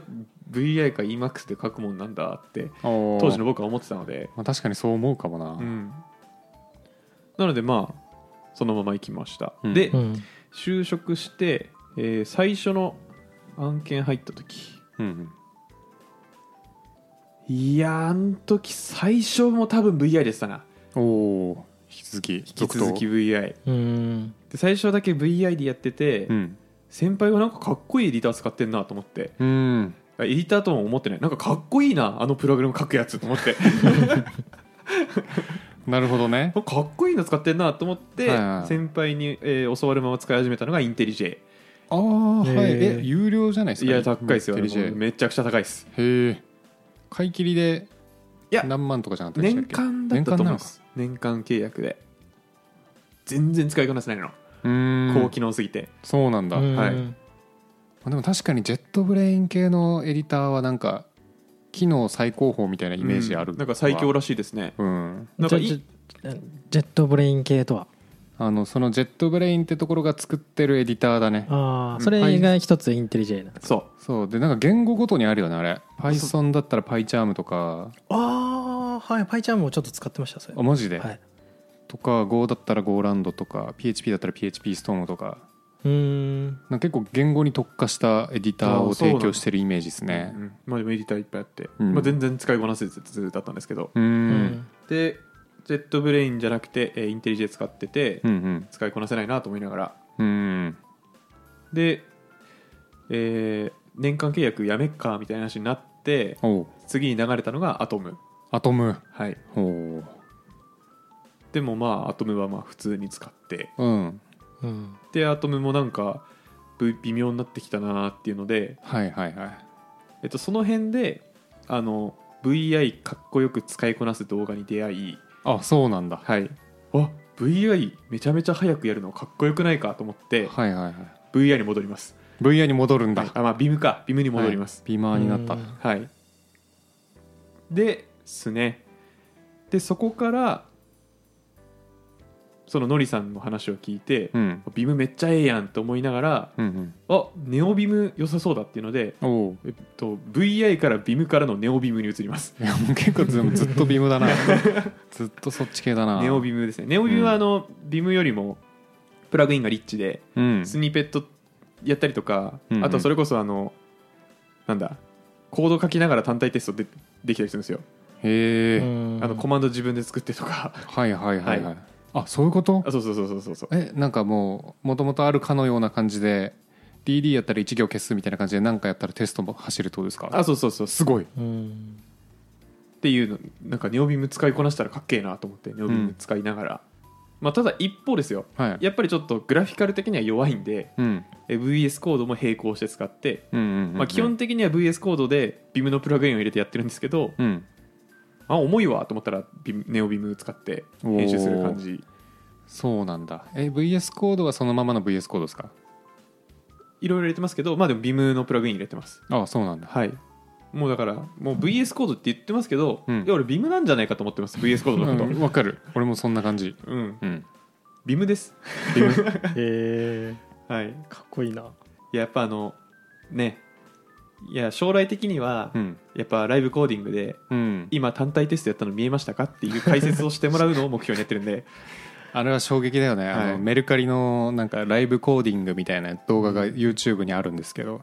Speaker 1: VI か EMAX で書くもんなんだって
Speaker 3: 当
Speaker 1: 当時の、僕は思ってたので、
Speaker 3: まあ、確かにそう思うかもな、
Speaker 1: うん、なのでまあそのまま行きました、
Speaker 3: うん
Speaker 1: で、
Speaker 2: うん
Speaker 1: 就職して、えー最初の案件入った時
Speaker 3: うんうん
Speaker 1: いやーあの時最初も多分 VI でしたな
Speaker 3: おお引き続き引
Speaker 1: 引き続き VI
Speaker 2: うーん
Speaker 1: で最初だけ VI でやってて、
Speaker 3: うん
Speaker 1: 先輩がなんかかっこいいエディター使ってんなと思って
Speaker 3: うん
Speaker 1: あエディターとも思ってないなんかかっこいいなあのプログラム書くやつと思って
Speaker 3: なるほどね
Speaker 1: かっこいいの使ってんなと思って、
Speaker 3: はいはい
Speaker 1: 先輩に、えー教わるまま使い始めたのがインテリジェ
Speaker 3: ああはい
Speaker 2: へー
Speaker 3: え有料じゃないです
Speaker 1: い
Speaker 3: か
Speaker 1: や高いですよ
Speaker 3: インテリジェ
Speaker 1: もうめちゃくちゃ高いです
Speaker 3: へえ買い切りで
Speaker 1: いや
Speaker 3: 何万とかじゃなかったでしたっ
Speaker 1: 年
Speaker 3: け
Speaker 1: 間だったと思いま
Speaker 3: 年間なのか
Speaker 1: す年間契約で全然使いこなせないの、
Speaker 3: うーん
Speaker 1: 高機能すぎて
Speaker 3: そうなんだ、
Speaker 2: う
Speaker 3: ま
Speaker 1: はい
Speaker 2: ん
Speaker 3: あでも確かにジェットブレイン系のエディターはなんか機能最高峰みたいなイメージある、
Speaker 1: うんなんか最強
Speaker 3: だ
Speaker 1: らしいですね
Speaker 3: うん
Speaker 1: なんかい
Speaker 2: ジェジェットブレイン系とは
Speaker 3: あのそのジェットブレインってところが作ってるエディターだね
Speaker 2: あ
Speaker 1: うん
Speaker 2: あそれが一つインテリジェな
Speaker 1: そう
Speaker 3: そうでなんか言語ごとにあるよねあれ Python だったら PyCharm とか
Speaker 2: ああはいパイちゃんもちょっと使ってましたそれ
Speaker 3: あマジで、
Speaker 2: はい
Speaker 3: とか Go だったら GoLand とか PHP だったら PHPStorm とか
Speaker 2: うーん
Speaker 3: なんか結構言語に特化したエディター
Speaker 1: あ
Speaker 3: を
Speaker 1: そうなん
Speaker 3: 提
Speaker 1: だ
Speaker 3: 供してるイメージですね
Speaker 1: うんまあでもエディターいっぱいあって、
Speaker 3: うん
Speaker 1: まあ、全然使いこなせずだったんですけど
Speaker 3: うん
Speaker 2: う
Speaker 3: うん
Speaker 2: ん
Speaker 1: でジェットブレインじゃなくて、えーインテリジェ使ってて、
Speaker 3: うん
Speaker 1: 使いこなせないなと思いながら
Speaker 3: うん
Speaker 1: で、えー年間契約やめっかみたいな話になって
Speaker 3: おう
Speaker 1: 次に流れたのがアトム
Speaker 3: アトム
Speaker 1: はい、
Speaker 3: ほ
Speaker 1: でもまあアトムはまあ普通に使って
Speaker 3: ううん
Speaker 2: うん
Speaker 1: でアトムもなんかぶ微妙になってきたなーっていうので、
Speaker 3: はいはいはい
Speaker 1: えっと、その辺であの VI かっこよく使いこなす動画に出会い
Speaker 3: あそうなんだは
Speaker 1: はいあ VI めちゃめちゃ早くやるのかっこよくないかと思って、
Speaker 3: いはいはい
Speaker 1: VI に戻ります
Speaker 3: VR に戻るんだ、
Speaker 1: あまあビームかビームに戻ります
Speaker 3: はいビーマーになった
Speaker 2: うん
Speaker 1: はい、ですねでそこからそのノリさんの話を聞いて、
Speaker 3: うん
Speaker 1: ビームめっちゃええやんと思いながら
Speaker 3: うん
Speaker 1: あネオビーム良さそうだっていうので、
Speaker 3: うんおお
Speaker 1: えっと、VI からビームからのネオビームに移ります
Speaker 3: いやもう結構ずずっとビームだ なずっとそっち系だな
Speaker 1: ネオビームですねネオビームは
Speaker 3: うん
Speaker 1: あの、ビームよりもプラグインがリッチで
Speaker 3: うん
Speaker 1: スニペットやったりとか、
Speaker 3: うんうん
Speaker 1: あとそれこそあのなんだコード書きながら単体テストでできたりするんですよ、
Speaker 3: へえ、
Speaker 2: うん
Speaker 1: あのコマンド自分で作ってと か
Speaker 3: はいはいはいはい、
Speaker 1: はい
Speaker 3: あそういうこと
Speaker 1: あそうそうそうそうそうそう
Speaker 3: えなんかもうもともとあるかのような感じで DD やったら1行消すみたいな感じで何かやったらテストも走るってことですか
Speaker 1: あそうそうそうす
Speaker 3: すごい
Speaker 2: うん
Speaker 1: っていうのなんかネオビーム使いこなしたらかっけえなと思ってネオビーム使いながら、まあ、ただ一方ですよ
Speaker 3: はい
Speaker 1: やっぱりちょっとグラフィカル的には弱いんで
Speaker 3: うん
Speaker 1: え VS コードも並行して使って、
Speaker 3: うんうんうんうん
Speaker 1: まあ、基本的には VS コードで VIM のプラグインを入れてやってるんですけど、
Speaker 3: うん
Speaker 1: あ重いわと思ったら Vim ネオビーム使って編集する感じ
Speaker 3: そうなんだえ VS コードはそのままの VS コードですか
Speaker 1: いろいろ入れてますけどまあでも Vim のプラグイン入れてます
Speaker 3: あそうなんだ
Speaker 1: はいもうだからもう VS コードって言ってますけど、
Speaker 3: うん
Speaker 1: いや俺 Vim なんじゃないかと思ってます VS コードのこと
Speaker 3: うんわかる俺もそんな感じ
Speaker 1: うん
Speaker 3: うん、
Speaker 1: Vim です
Speaker 2: へえ
Speaker 1: はい
Speaker 2: かっこいいな
Speaker 1: やっぱあのねいや将来的には
Speaker 3: うん
Speaker 1: やっぱライブコーディングで
Speaker 3: うん、
Speaker 1: 今単体テストやったの見えましたかっていう解説をしてもらうのを目標にやってるん で
Speaker 3: あれは衝撃だよね、あ
Speaker 1: はい
Speaker 3: のメルカリのなんかライブコーディングみたいな動画が YouTube にあるんですけど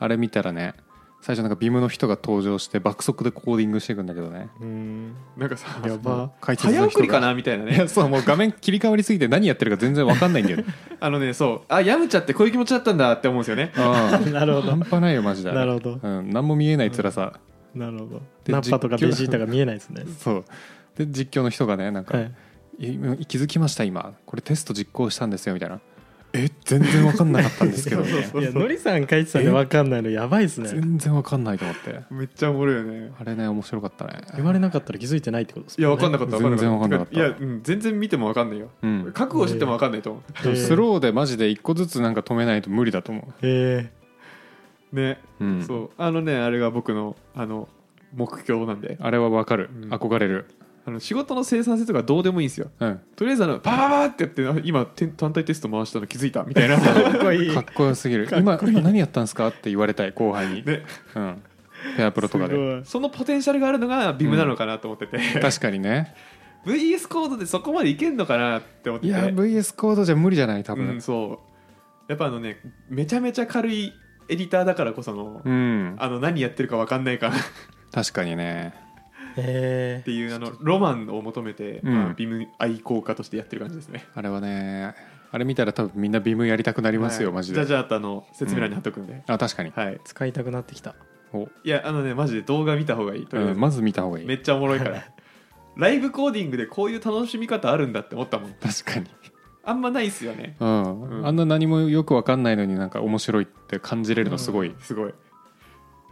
Speaker 3: あれ見たらね最初なんかビムの人が登場して爆速でコーディングしていくんだけどね
Speaker 2: うん
Speaker 1: なんかさ
Speaker 2: やば
Speaker 3: 解説の
Speaker 1: 早
Speaker 3: 人が
Speaker 1: 送りかなみたいない ね
Speaker 3: やそうもう画面切り替わりすぎて何やってるか全然わかんないんだよね
Speaker 1: あのねそうあヤムチャってこういう気持ちだったんだって思うんですよね
Speaker 3: あ
Speaker 2: なるほ
Speaker 3: あ半
Speaker 2: ど
Speaker 3: 端ないよマジで
Speaker 2: なるほど
Speaker 3: うん、何も見えない辛さ、
Speaker 2: なるほど
Speaker 3: で
Speaker 2: ナッパとか
Speaker 3: 実況
Speaker 2: ベジータが見えないですね
Speaker 3: そうで実況の人がねなんか、
Speaker 2: はい
Speaker 3: い今気づきました今これテスト実行したんですよみたいなえ全然わかんなかったんですけど、みたいな
Speaker 2: いやのりさん書いてたんで分かんないのやばいですね
Speaker 3: 全然わかんないと思って
Speaker 1: めっちゃおもろいよね
Speaker 3: あれね面白かったね
Speaker 2: 言われなかったら気づいてないってことです
Speaker 1: いや分かんな
Speaker 2: か
Speaker 1: かった
Speaker 3: 全然わかんなかった
Speaker 1: いや、うん、全然見ても分かんないよ、
Speaker 3: うん
Speaker 1: 覚悟してても分かんないと思
Speaker 2: っ
Speaker 3: でもスローでマジで一個ずつなんか止めないと無理だと思
Speaker 2: ーへ
Speaker 1: うね、
Speaker 3: う、うん
Speaker 1: そうあのねあれが僕のあの目標なんで
Speaker 3: あれはわかる、
Speaker 1: うん
Speaker 3: 憧れる
Speaker 1: あの仕事の生産性とかどうでもいいんですよ
Speaker 3: うん
Speaker 1: とりあえずあのパーパーパーってやってあ今て単体テスト回したの気づいたみ たいな
Speaker 2: えかっこいい
Speaker 3: かっこよすぎる今今何やったんですかって言われたい後輩に、
Speaker 1: ね
Speaker 3: うん、ペアプロとか
Speaker 2: す
Speaker 3: で
Speaker 2: ごい
Speaker 1: そのポテンシャルがあるのがビムなのかなと思ってて、
Speaker 3: 確かに ね
Speaker 1: VS コードでそこまでいけんのかなって思って
Speaker 3: い
Speaker 1: て
Speaker 3: や VS コードじゃ無理じゃない多
Speaker 1: う
Speaker 3: 分
Speaker 1: ん、そうやっぱあのねめちゃめちゃ軽いエディターだからこその、
Speaker 3: うん、
Speaker 1: あの何や ってるか分かんないかな
Speaker 3: 確かにね
Speaker 2: へ
Speaker 1: っていうあのロマンを求めて、
Speaker 3: うん
Speaker 1: まあビム愛好家としてやってる感じですね。
Speaker 3: あれはねあれ見たら多分みんなビームやりたくなりますよ、
Speaker 1: はい
Speaker 3: マジ
Speaker 1: じゃあ
Speaker 3: で
Speaker 1: じゃああとあの説明欄に貼っとくんで、
Speaker 3: あ確かに、
Speaker 1: はい
Speaker 2: え。使いたくなってきた
Speaker 3: お
Speaker 1: いやあのねマジで動画見た方がいい。とりあ
Speaker 3: う
Speaker 1: え
Speaker 3: ん
Speaker 1: ず
Speaker 3: まず見た方がいい
Speaker 1: めっちゃおもろいから。ライブコーディングでこういう楽しみ方あるんだって思ったもん。
Speaker 3: 確かに
Speaker 1: あんまないっすよね。
Speaker 3: うん、
Speaker 1: うん
Speaker 3: あんな何もよくわかんないのになんか面白いって感じれるのすごい、
Speaker 1: すごい。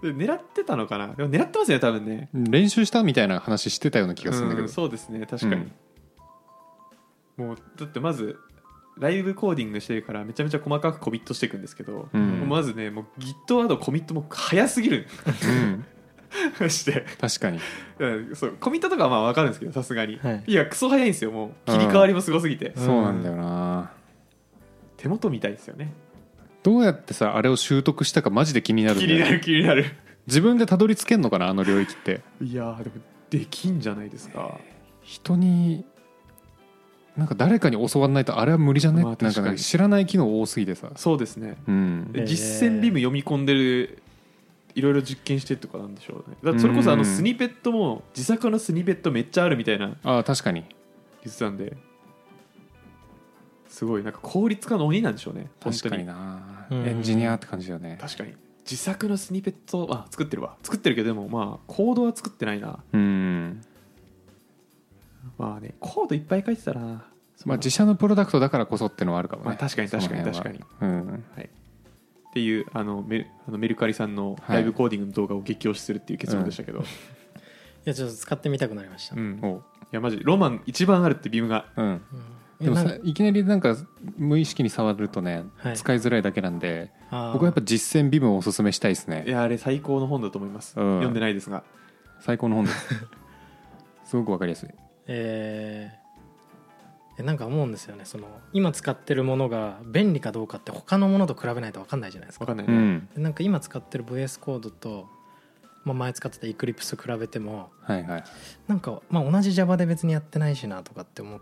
Speaker 1: で狙ってたのかな。でも狙ってますよね多分ね。
Speaker 3: 練習したみたいな話してたような気がするんだけ
Speaker 1: う
Speaker 3: ど
Speaker 1: んそうですね確かに、もうだってまずライブコーディングしてるからめちゃめちゃ細かくコミットしていくんですけど、
Speaker 3: うん
Speaker 1: まずねもう Git アドコミットも早すぎる
Speaker 3: うん
Speaker 1: して
Speaker 3: 確かに
Speaker 1: うんそうコミットとかはまあ分かるんですけどさすがに、
Speaker 2: はい
Speaker 1: い、やクソ早いんですよもう切り替わりもすごすぎて、
Speaker 2: うん
Speaker 3: そうなんだよな、
Speaker 1: 手元みたいですよね
Speaker 3: どうやってさあれを習得したかマジで気になるん
Speaker 1: 気
Speaker 3: だ
Speaker 1: に
Speaker 3: よ
Speaker 1: な
Speaker 3: ね
Speaker 1: る気になる
Speaker 3: 自分でたどり着けんのかなあの領域って
Speaker 1: いやーでもできんじゃないですか、
Speaker 3: 人になんか誰かに教わんないとあれは無理じゃね、
Speaker 1: まあ
Speaker 3: なんか
Speaker 1: 確かに
Speaker 3: 知らない機能多すぎてさ
Speaker 1: そうですね
Speaker 3: うん
Speaker 1: で
Speaker 2: えー
Speaker 1: 実践ビーム読み込んでるいろいろ実験してとかなんでしょうねだからそれこそあ
Speaker 3: う
Speaker 1: の
Speaker 3: ん
Speaker 1: スニペットも自作のスニペットめっちゃあるみたいな
Speaker 3: ああ確かに
Speaker 1: 言ってたんですごいなんか効率化の鬼なんでしょうね本
Speaker 3: 確
Speaker 1: 当
Speaker 3: か
Speaker 1: に
Speaker 3: にな
Speaker 2: うん
Speaker 3: エンジニアって感じだよね
Speaker 1: 確かに自作のスニペットあ作ってるわ作ってるけどでもまあコードは作ってないな
Speaker 3: うん
Speaker 1: まあねコードいっぱい書いてたらな
Speaker 3: まあ、自社のプロダクトだからこそっていうのはあるかもね、
Speaker 1: まあ確かに確かに
Speaker 3: その辺はうん、
Speaker 1: はい、っていうあのメルあのメルカリさんの
Speaker 3: はい
Speaker 1: ライブコーディングの動画を激推しするっていう結論でしたけど、
Speaker 2: やちょっと使ってみたくなりました、
Speaker 1: う
Speaker 2: うん
Speaker 1: んい
Speaker 3: お
Speaker 1: やマジロマン一番あるってビームが
Speaker 3: うん、で
Speaker 2: いや
Speaker 3: も
Speaker 2: なんか
Speaker 3: さいきなりなんか無意識に触るとね、
Speaker 2: はい
Speaker 3: 使いづらいだけなんで
Speaker 2: あー
Speaker 3: 僕はやっぱ実践ビムをおすすめしたいです
Speaker 1: い
Speaker 3: ね
Speaker 1: やあれ最高の本だと思います、
Speaker 3: うん
Speaker 1: 読んでないですが
Speaker 3: 最高の本です すごくわかりやすい
Speaker 2: えーえなんか思うんですよねその今使ってるものが便利かどうかって他のものと比べないと分かんないじゃないです
Speaker 1: 分
Speaker 2: か
Speaker 1: かんないうね、
Speaker 3: ん
Speaker 2: でなんか今使ってる VS コードと、まあ、前使ってた Eclipse と比べても
Speaker 3: はいはい
Speaker 2: なんか、まあ、同じ Java で別にやってないしなとかって思っ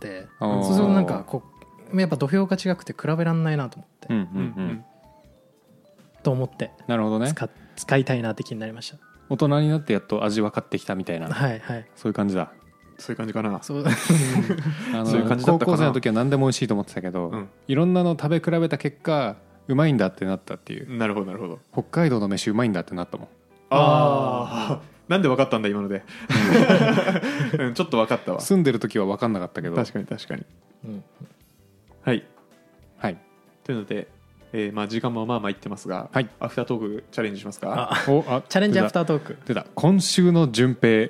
Speaker 2: て
Speaker 3: あー
Speaker 2: そうするとなんかこうやっぱ土俵が違くて比べらんないなと思って、
Speaker 3: うんう
Speaker 1: う
Speaker 3: ん
Speaker 1: ん
Speaker 3: うん、
Speaker 1: うん
Speaker 2: と思って
Speaker 3: なるほどね
Speaker 2: 使っ使いたいなって気になりまし
Speaker 3: 大人になってやっと味分かってきたみたい
Speaker 2: た
Speaker 3: な
Speaker 2: はいはい
Speaker 3: そういう感じだ
Speaker 1: そういう感じかな
Speaker 2: そう
Speaker 3: あの
Speaker 1: そういう感じだったかな
Speaker 3: 高校生の時は何でも美味しいと思ってたけど、
Speaker 1: うん
Speaker 3: いろんなの食べ比べた結果うまいんだってなったっていう
Speaker 1: なるほどなるほど
Speaker 3: 北海道の飯うまいんだってなったもん
Speaker 1: ああ なんで分かったんだ今の で、うん、ちょっと分かったわ
Speaker 3: 住んでる時は分かんなかったけど
Speaker 1: 確かに確かに
Speaker 2: うん
Speaker 1: はい
Speaker 3: はい
Speaker 1: というので、えーまあ、時間もまあまあいってますが、
Speaker 3: はい
Speaker 1: アフタートークチャレンジしますか
Speaker 2: あ
Speaker 3: おあ
Speaker 2: チャレンジアフタートーク
Speaker 3: 出た今週の順平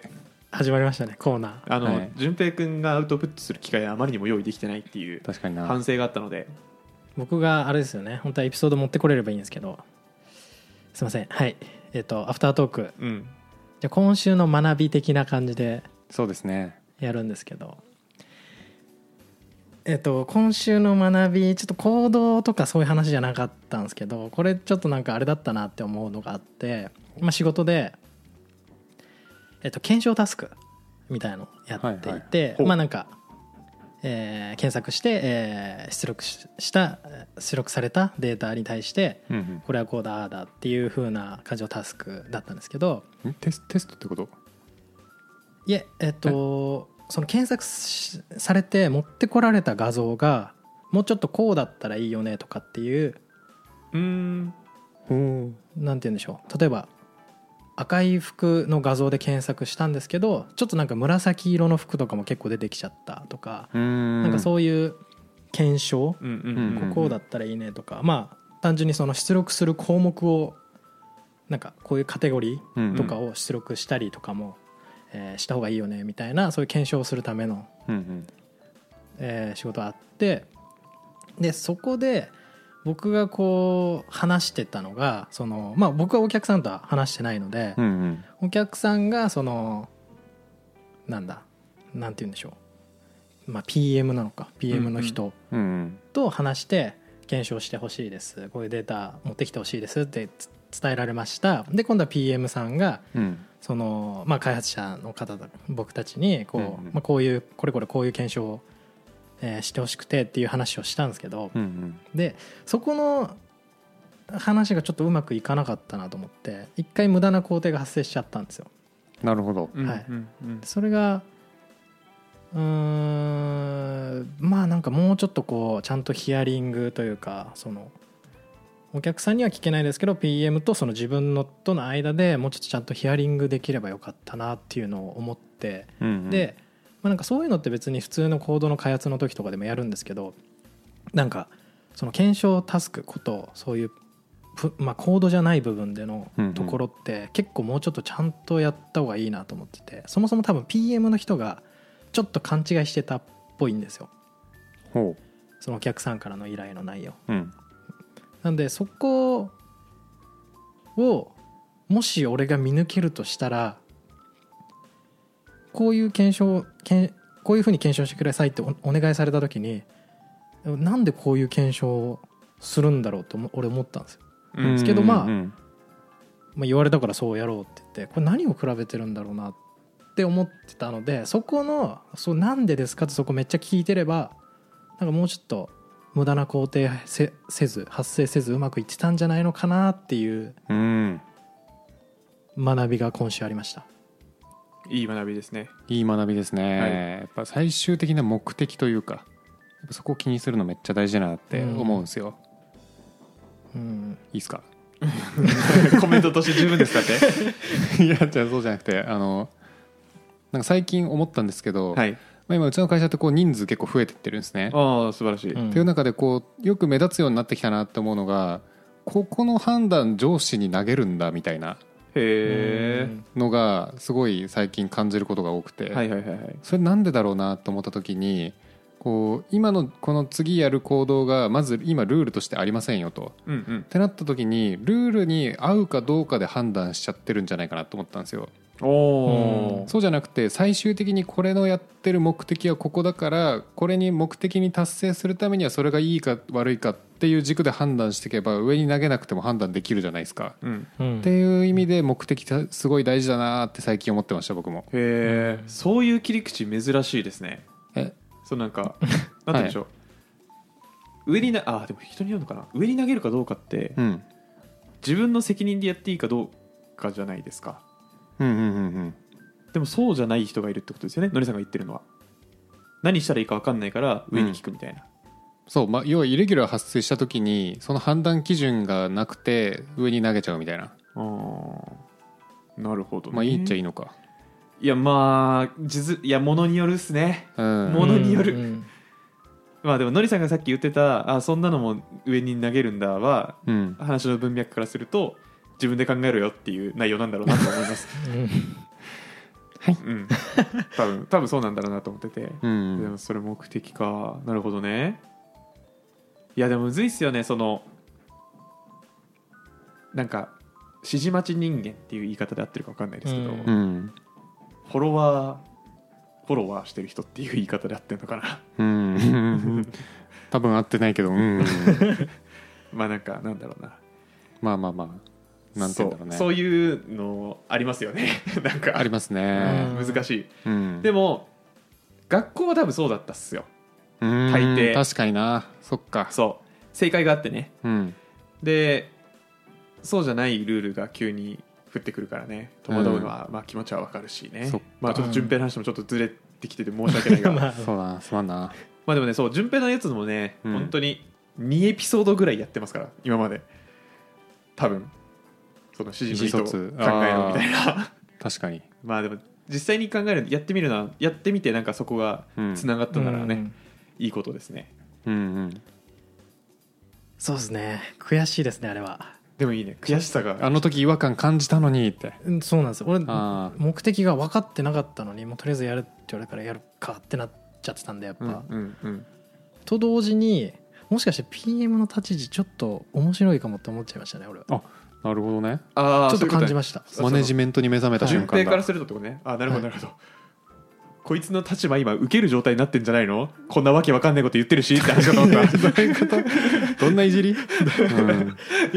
Speaker 2: 始まりましたねコーナー
Speaker 1: あの、
Speaker 3: はい
Speaker 1: 順平君がアウトプットする機会があまりにも用意できてないっていう
Speaker 3: 確かにな
Speaker 1: 反省があったので
Speaker 2: 僕があれですよね本当はエピソード持ってこれればいいんですけどすいませんはいえっ、とアフタートーク
Speaker 1: うん
Speaker 2: じゃあ今週の学び的な感じで
Speaker 3: そうですね
Speaker 2: やるんですけどえっと今週の学びちょっと行動とかそういう話じゃなかったんですけどこれちょっとなんかあれだったなって思うのがあって、まあ、仕事で、えっと、検証タスクみたいのをやっていて、
Speaker 1: はいほう
Speaker 2: まあなんか、えー検索して、えー出力ししたえー出力されたデータに対して
Speaker 3: うん
Speaker 2: これはこうだああだっていう風な感じのタスクだったんですけど、
Speaker 3: うんんテステストってこと
Speaker 2: いええっとその検索しされて持ってこられた画像がもうちょっとこうだったらいいよねとかっていう
Speaker 1: うーん
Speaker 2: なんて言うんでしょう例えば赤い服の画像で検索したんですけどちょっとなんか紫色の服とかも結構出てきちゃったとか、
Speaker 3: な
Speaker 2: なんかそういう検証、
Speaker 1: うんうん
Speaker 3: うん
Speaker 1: うん
Speaker 2: こうだったらいいねとかまあ単純にその出力する項目をなんかこういうカテゴリー
Speaker 3: うん
Speaker 2: とかを出力したりとかも、えーした方がいいよねみたいなそういう検証をするための、
Speaker 3: うんうん
Speaker 2: えー仕事があってでそこで僕がこう話してたのがその、まあ、僕はお客さんとは話してないので、
Speaker 3: うんうん
Speaker 2: お客さんがそのなんだなんて言うんでしょう、まあ、PM なのか PM の人
Speaker 3: うんうん
Speaker 2: と話して検証してほしいですこういうデータ持ってきてほしいですってつ伝えられましたで今度は PM さんが
Speaker 3: うん
Speaker 2: その、まあ、開発者の方だ僕たちにこう,、
Speaker 3: うんうん
Speaker 2: まあ、こういうこれこれこういう検証を、えーしてほしくてっていう話をしたんですけど、
Speaker 3: うんうん
Speaker 2: でそこの話がちょっとうまくいかなかったなと思って一回無駄な工程が発生しちゃったんですよ。
Speaker 3: なるほど
Speaker 1: うん
Speaker 2: はい
Speaker 1: うんうん
Speaker 2: それがうーんまあなんかもうちょっとこうちゃんとヒアリングというかそのお客さんには聞けないですけど PM とその自分のとの間でもうちょっとちゃんとヒアリングできればよかったなっていうのを思って、
Speaker 3: うんうん
Speaker 2: で、まあ、なんかそういうのって別に普通のコードの開発の時とかでもやるんですけどなんかその検証タスクことそういうプ、まあ、コードじゃない部分での
Speaker 3: うんうん
Speaker 2: ところって結構もうちょっとちゃんとやった方がいいなと思っててそもそも多分 PM の人がちょっと勘違いしてたっぽいんですよ
Speaker 3: ほ
Speaker 2: そのお客さんからの依頼の内容
Speaker 3: ううん
Speaker 2: なんでそこをもし俺が見抜けるとしたらこういう検証けんこういうふうに検証してくださいっておお願いされた時になんでこういう検証をするんだろうと俺思ったんですよ、
Speaker 1: うん
Speaker 2: すけどまあ
Speaker 3: うんうん
Speaker 2: まあ、言われたからそうやろうって言ってこれ何を比べてるんだろうなって思ってたのでそこのそうなんでですかってそこめっちゃ聞いてればなんかもうちょっと無駄な工程せせず発生せずうまくいってたんじゃないのかなっていう
Speaker 3: うん
Speaker 2: 学びが今週ありました
Speaker 1: いい学びですね
Speaker 3: いい学びですね、
Speaker 1: はい
Speaker 3: やっぱ最終的な目的というかやっぱそこを気にするのめっちゃ大事だなって思うんですよ、
Speaker 2: うん
Speaker 3: いいっ すか
Speaker 1: コメントとして十分ですかって
Speaker 3: いやじゃあそうじゃなくてあのなんか最近思ったんですけど、
Speaker 1: はい
Speaker 3: まあ、今うちの会社ってこう人数結構増えてってるんですね。
Speaker 1: ああ素晴らしい、
Speaker 2: うん
Speaker 3: っていう中でこうよく目立つようになってきたなって思うのがここの判断上司に投げるんだみたいな
Speaker 1: へ
Speaker 3: のがすごい最近感じることが多くて、
Speaker 1: えはいはいはいはい
Speaker 3: それなんでだろうなと思った時にこう今のこの次やる行動がまず今ルールとしてありませんよと。
Speaker 1: うんうん
Speaker 3: ってなった時にルールに合うかどうかで判断しちゃってるんじゃないかなと思ったんですよ。
Speaker 1: お
Speaker 2: う
Speaker 1: お
Speaker 2: ん
Speaker 3: そうじゃなくて最終的にこれのやってる目的はここだからこれに目的に達成するためにはそれがいいか悪いかっていう軸で判断していけば上に投げなくても判断できるじゃないですか。
Speaker 1: うん
Speaker 2: うん
Speaker 3: っていう意味で目的たすごい大事だなって最近思ってました僕も。
Speaker 1: へえ
Speaker 2: うん
Speaker 1: そういう切り口珍しいですね
Speaker 3: え
Speaker 1: そうなん かなんて言うんでしょう上になあーでも人によるのかな上に投げるかどうかって
Speaker 3: うん
Speaker 1: 自分の責任でやっていいかどうかじゃないですか
Speaker 3: うんうんうんうん
Speaker 1: でもそうじゃない人がいるってことですよねのりさんが言ってるのは何したらいいか分かんないから上に聞くみたいな、
Speaker 3: そう、まあ、要はイレギュラー発生した時にその判断基準がなくて上に投げちゃうみたいな、
Speaker 1: あーなるほど、ね、
Speaker 3: まあいいっちゃい
Speaker 1: い
Speaker 3: いのか、
Speaker 1: いやまあ実いやものによるっすね
Speaker 3: うん、
Speaker 1: ものによる
Speaker 2: うん
Speaker 1: まあでものりさんがさっき言ってたあそんなのも上に投げるんだは
Speaker 3: うん、
Speaker 1: 話の文脈からすると自分で考えろよっていう内容なんだろうなと思い ます、うん、多分多分そうなんだろうなと思ってて、
Speaker 3: うん
Speaker 1: でもそれ目的かなるほどねいやでもむずいっすよねそのなんか指示待ち人間っていう言い方で合ってるか分かんないですけど、
Speaker 2: うん
Speaker 3: うん
Speaker 1: フォロワーフォロワーしてる人っていう言い方で合ってるのかな
Speaker 3: うん多分合ってないけどうん
Speaker 1: まあなんかなんだろうな
Speaker 3: まあまあまあなんて言うんだろうね
Speaker 1: そうそういうのありますよね なんか
Speaker 3: ありますね、
Speaker 2: うん
Speaker 1: 難しい、
Speaker 3: うん、
Speaker 1: でも学校は多分そうだったっすよ
Speaker 3: うん
Speaker 1: 大抵
Speaker 3: 確かになそっか
Speaker 1: そう正解があってね
Speaker 3: うん
Speaker 1: でそうじゃないルールが急に降ってくるからね戸惑うのは、まあ気持ちはわかるしね
Speaker 3: そっか
Speaker 1: まあちょっと順平の話もちょっとずれてきてて申し訳ないが、
Speaker 2: ま
Speaker 1: ま
Speaker 2: あ
Speaker 3: そうだなすまん な
Speaker 1: あでもねそう順平のやつもね、
Speaker 3: うん
Speaker 1: 本当に2エピソードぐらいやってますから今まで多分その指示の意図を考
Speaker 3: 意思疎通
Speaker 1: えろみたいな
Speaker 3: 確かに
Speaker 1: まあでも実際に考えるやってみるのはやってみてなんかそこが
Speaker 3: うん
Speaker 1: つながったならね、いいことですね
Speaker 3: うんうん
Speaker 2: そうですね悔しいですねあれは
Speaker 1: でもいいね悔しさが
Speaker 3: あの時違和感感じたのにって
Speaker 2: うんそうなんですよ俺
Speaker 3: あー
Speaker 2: 目的が分かってなかったのにもうとりあえずやるって言われたからやるかってなっちゃってたんでやっぱ、
Speaker 1: うんうんうん
Speaker 2: と同時にもしかして PM の立ち位置ちょっと面白いかもって思っちゃいましたね俺は
Speaker 3: あなるほどね
Speaker 1: あー
Speaker 2: ち
Speaker 1: そ
Speaker 2: ょっ
Speaker 1: う
Speaker 2: と
Speaker 1: いうこね
Speaker 2: 感じました
Speaker 1: そう
Speaker 3: マネジメントに目覚めた瞬
Speaker 1: 順
Speaker 3: 間
Speaker 1: 平から
Speaker 3: だ
Speaker 1: するとってことねあなるほどな
Speaker 2: は
Speaker 1: るほど、こいつの立場今受ける状態になってんじゃないのこんなわけわかんないこと言ってるしって話かと思った
Speaker 3: どういうこと どんないじり、うん、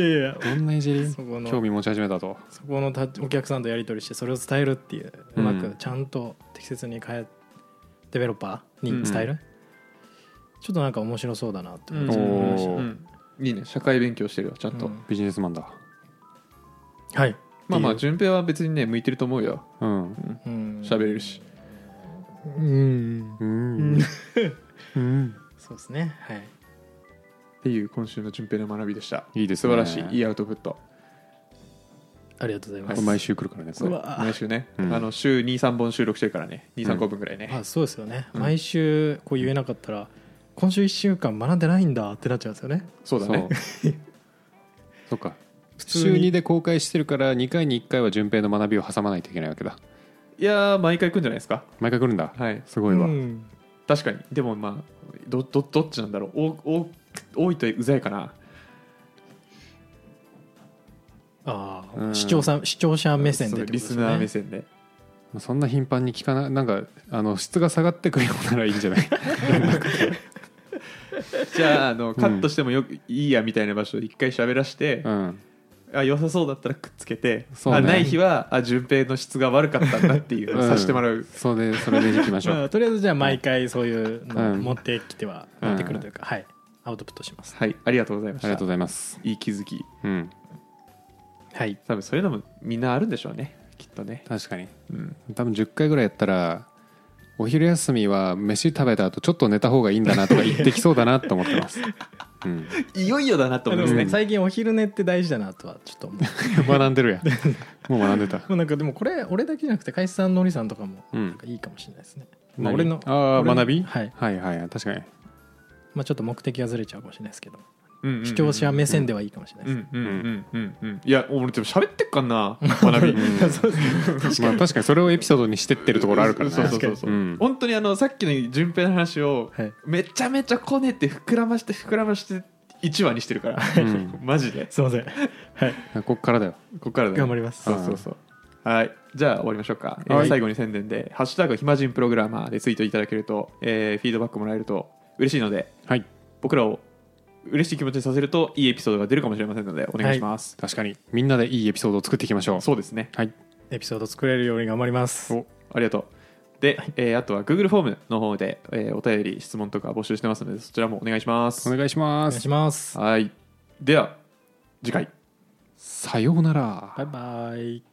Speaker 2: いやいや
Speaker 3: どんないじり
Speaker 2: そこの
Speaker 3: 興味持ち始めたと
Speaker 2: そこのたお客さんとやり取りしてそれを伝えるっていう、う
Speaker 3: うん
Speaker 2: まくちゃんと適切に変えデベロッパーに伝える、ちょっとなんか面白そうだなって思って思いました、
Speaker 3: おー
Speaker 1: うんいいね社会勉強してるよちゃんと、
Speaker 2: うん
Speaker 3: ビジネスマンだ
Speaker 2: はい
Speaker 1: まあま
Speaker 2: っ
Speaker 1: あ
Speaker 2: て
Speaker 1: 順平は別にね向いてると思うよ
Speaker 3: うん
Speaker 2: いううん
Speaker 1: 喋れるし
Speaker 2: うん
Speaker 3: うんうん
Speaker 2: そうですねはい
Speaker 1: っていう今週の順平の学びでした
Speaker 3: いいです
Speaker 1: 素
Speaker 3: ね
Speaker 1: 晴らしいいいアウトプット
Speaker 2: ありがとうございま
Speaker 3: これ
Speaker 2: す、
Speaker 3: 毎週来るからねこ
Speaker 1: そう
Speaker 3: れ
Speaker 2: うわ
Speaker 1: 毎週ね、
Speaker 3: うん
Speaker 1: あの週23本収録してるからね23個分ぐらいね、
Speaker 2: あそうですよね、
Speaker 1: うん
Speaker 2: 毎週こう言えなかったら今週1週間学んでないんだってなっちゃうんですよね
Speaker 1: そうだね
Speaker 3: そう そっか
Speaker 2: 普通
Speaker 3: 週
Speaker 2: に
Speaker 3: 2で公開してるから2回に1回は順平の学びを挟まないといけないわけだ
Speaker 1: いやー毎回来るんじゃないですか
Speaker 3: 毎回来るんだ
Speaker 1: はい
Speaker 3: すごいわ、
Speaker 2: うん
Speaker 1: 確かにでもまあどどどっちなんだろうおお多いとうざいかな
Speaker 2: ああ、
Speaker 3: うん
Speaker 2: 視聴者視聴者目線で
Speaker 1: そ
Speaker 2: っ
Speaker 1: う
Speaker 2: てこと
Speaker 1: リ
Speaker 2: です
Speaker 1: ス
Speaker 2: よね
Speaker 1: ナー目線で
Speaker 3: そんな頻繁に聞かないなんかあの質が下がってくるようならいいんじゃない
Speaker 1: じゃああのカットしてもよく、いいやみたいな場所で一回喋らして
Speaker 3: う、ん
Speaker 1: あ良さそうだったらくっつけて、
Speaker 3: そうね
Speaker 1: あない日はあ順平の質が悪かったんだっていうのをさせてもらう、
Speaker 3: それでそれでいきましょ
Speaker 2: ま
Speaker 3: う
Speaker 2: あ、とりあえずじゃあ毎回そういうのを
Speaker 3: うん
Speaker 2: 持ってきては、
Speaker 3: うん
Speaker 2: 持ってくるというか、はいアウトプットします
Speaker 1: はいありがとうございまし
Speaker 3: あ
Speaker 1: た
Speaker 3: りがとうございます
Speaker 1: いい気づき
Speaker 3: うん
Speaker 2: はい
Speaker 1: 多分そういうのもみんなあるんでしょうねきっと ね、
Speaker 3: 確かに
Speaker 1: うん、
Speaker 3: 多分10回ぐらいやったらお昼休みは飯食べた後ちょっと寝た方がいいんだなとか言ってきそうだなと思ってますうん、
Speaker 1: いよいよだなと思います
Speaker 2: で
Speaker 1: ね
Speaker 2: も最近お昼寝って大事だなとはちょっと思う
Speaker 3: 学んでるやんもう学んでた
Speaker 2: まあなんかでもこれ俺だけじゃなくて海津さんのりさんとかも
Speaker 3: う
Speaker 2: なん
Speaker 3: ん
Speaker 2: かいいかもしれないですね、ま
Speaker 3: 何
Speaker 2: あ俺の
Speaker 3: ああ
Speaker 2: 俺の
Speaker 3: 学び
Speaker 2: はい、
Speaker 3: はいはい確かに
Speaker 2: まあ、ちょっと目的がずれちゃうかもしれないですけど
Speaker 1: うんうんうん
Speaker 2: 視聴者目線ではいいかもしれないうで
Speaker 1: ん
Speaker 2: す、
Speaker 1: うんうんうんうんいや俺でも喋ってっかんな学び
Speaker 3: まあ確かにそれをエピソードにしてってるところあるからね
Speaker 1: そうそうそうそう、
Speaker 3: うん
Speaker 1: 本当にあのさっきの順平の話を
Speaker 2: はい
Speaker 1: めちゃめちゃこねて膨らまして膨らまして1話にしてるから、
Speaker 3: ん
Speaker 1: マジです
Speaker 2: いませんはい
Speaker 3: こっからだよ
Speaker 1: ここからだね
Speaker 2: 頑張ります
Speaker 1: そうそうそうはいじゃあ終わりましょうか、えー
Speaker 3: はい
Speaker 1: 最後に宣伝で「ハッシュタグ暇人プログラマー」でツイートいただけると、えーフィードバックもらえると嬉しいので
Speaker 3: はい
Speaker 1: 僕らを嬉しい気持ちにさせるといいエピソードが出るかもしれませんのでお願いします、
Speaker 3: 確かにみんなでいいエピソードを作っていきましょう
Speaker 1: そうですね
Speaker 3: はい
Speaker 2: エピソード作れるように頑張ります
Speaker 1: おありがとうで、えーあとは Google フォームの方で、えーお便り質問とか募集してますのでそちらもお願いします
Speaker 3: お願いし
Speaker 2: お
Speaker 3: ま
Speaker 2: 願い
Speaker 3: す
Speaker 2: します
Speaker 1: はいでは次回
Speaker 3: さようなら
Speaker 2: バイバイ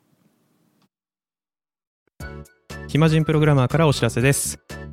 Speaker 4: 暇人プログラマーからお知らせです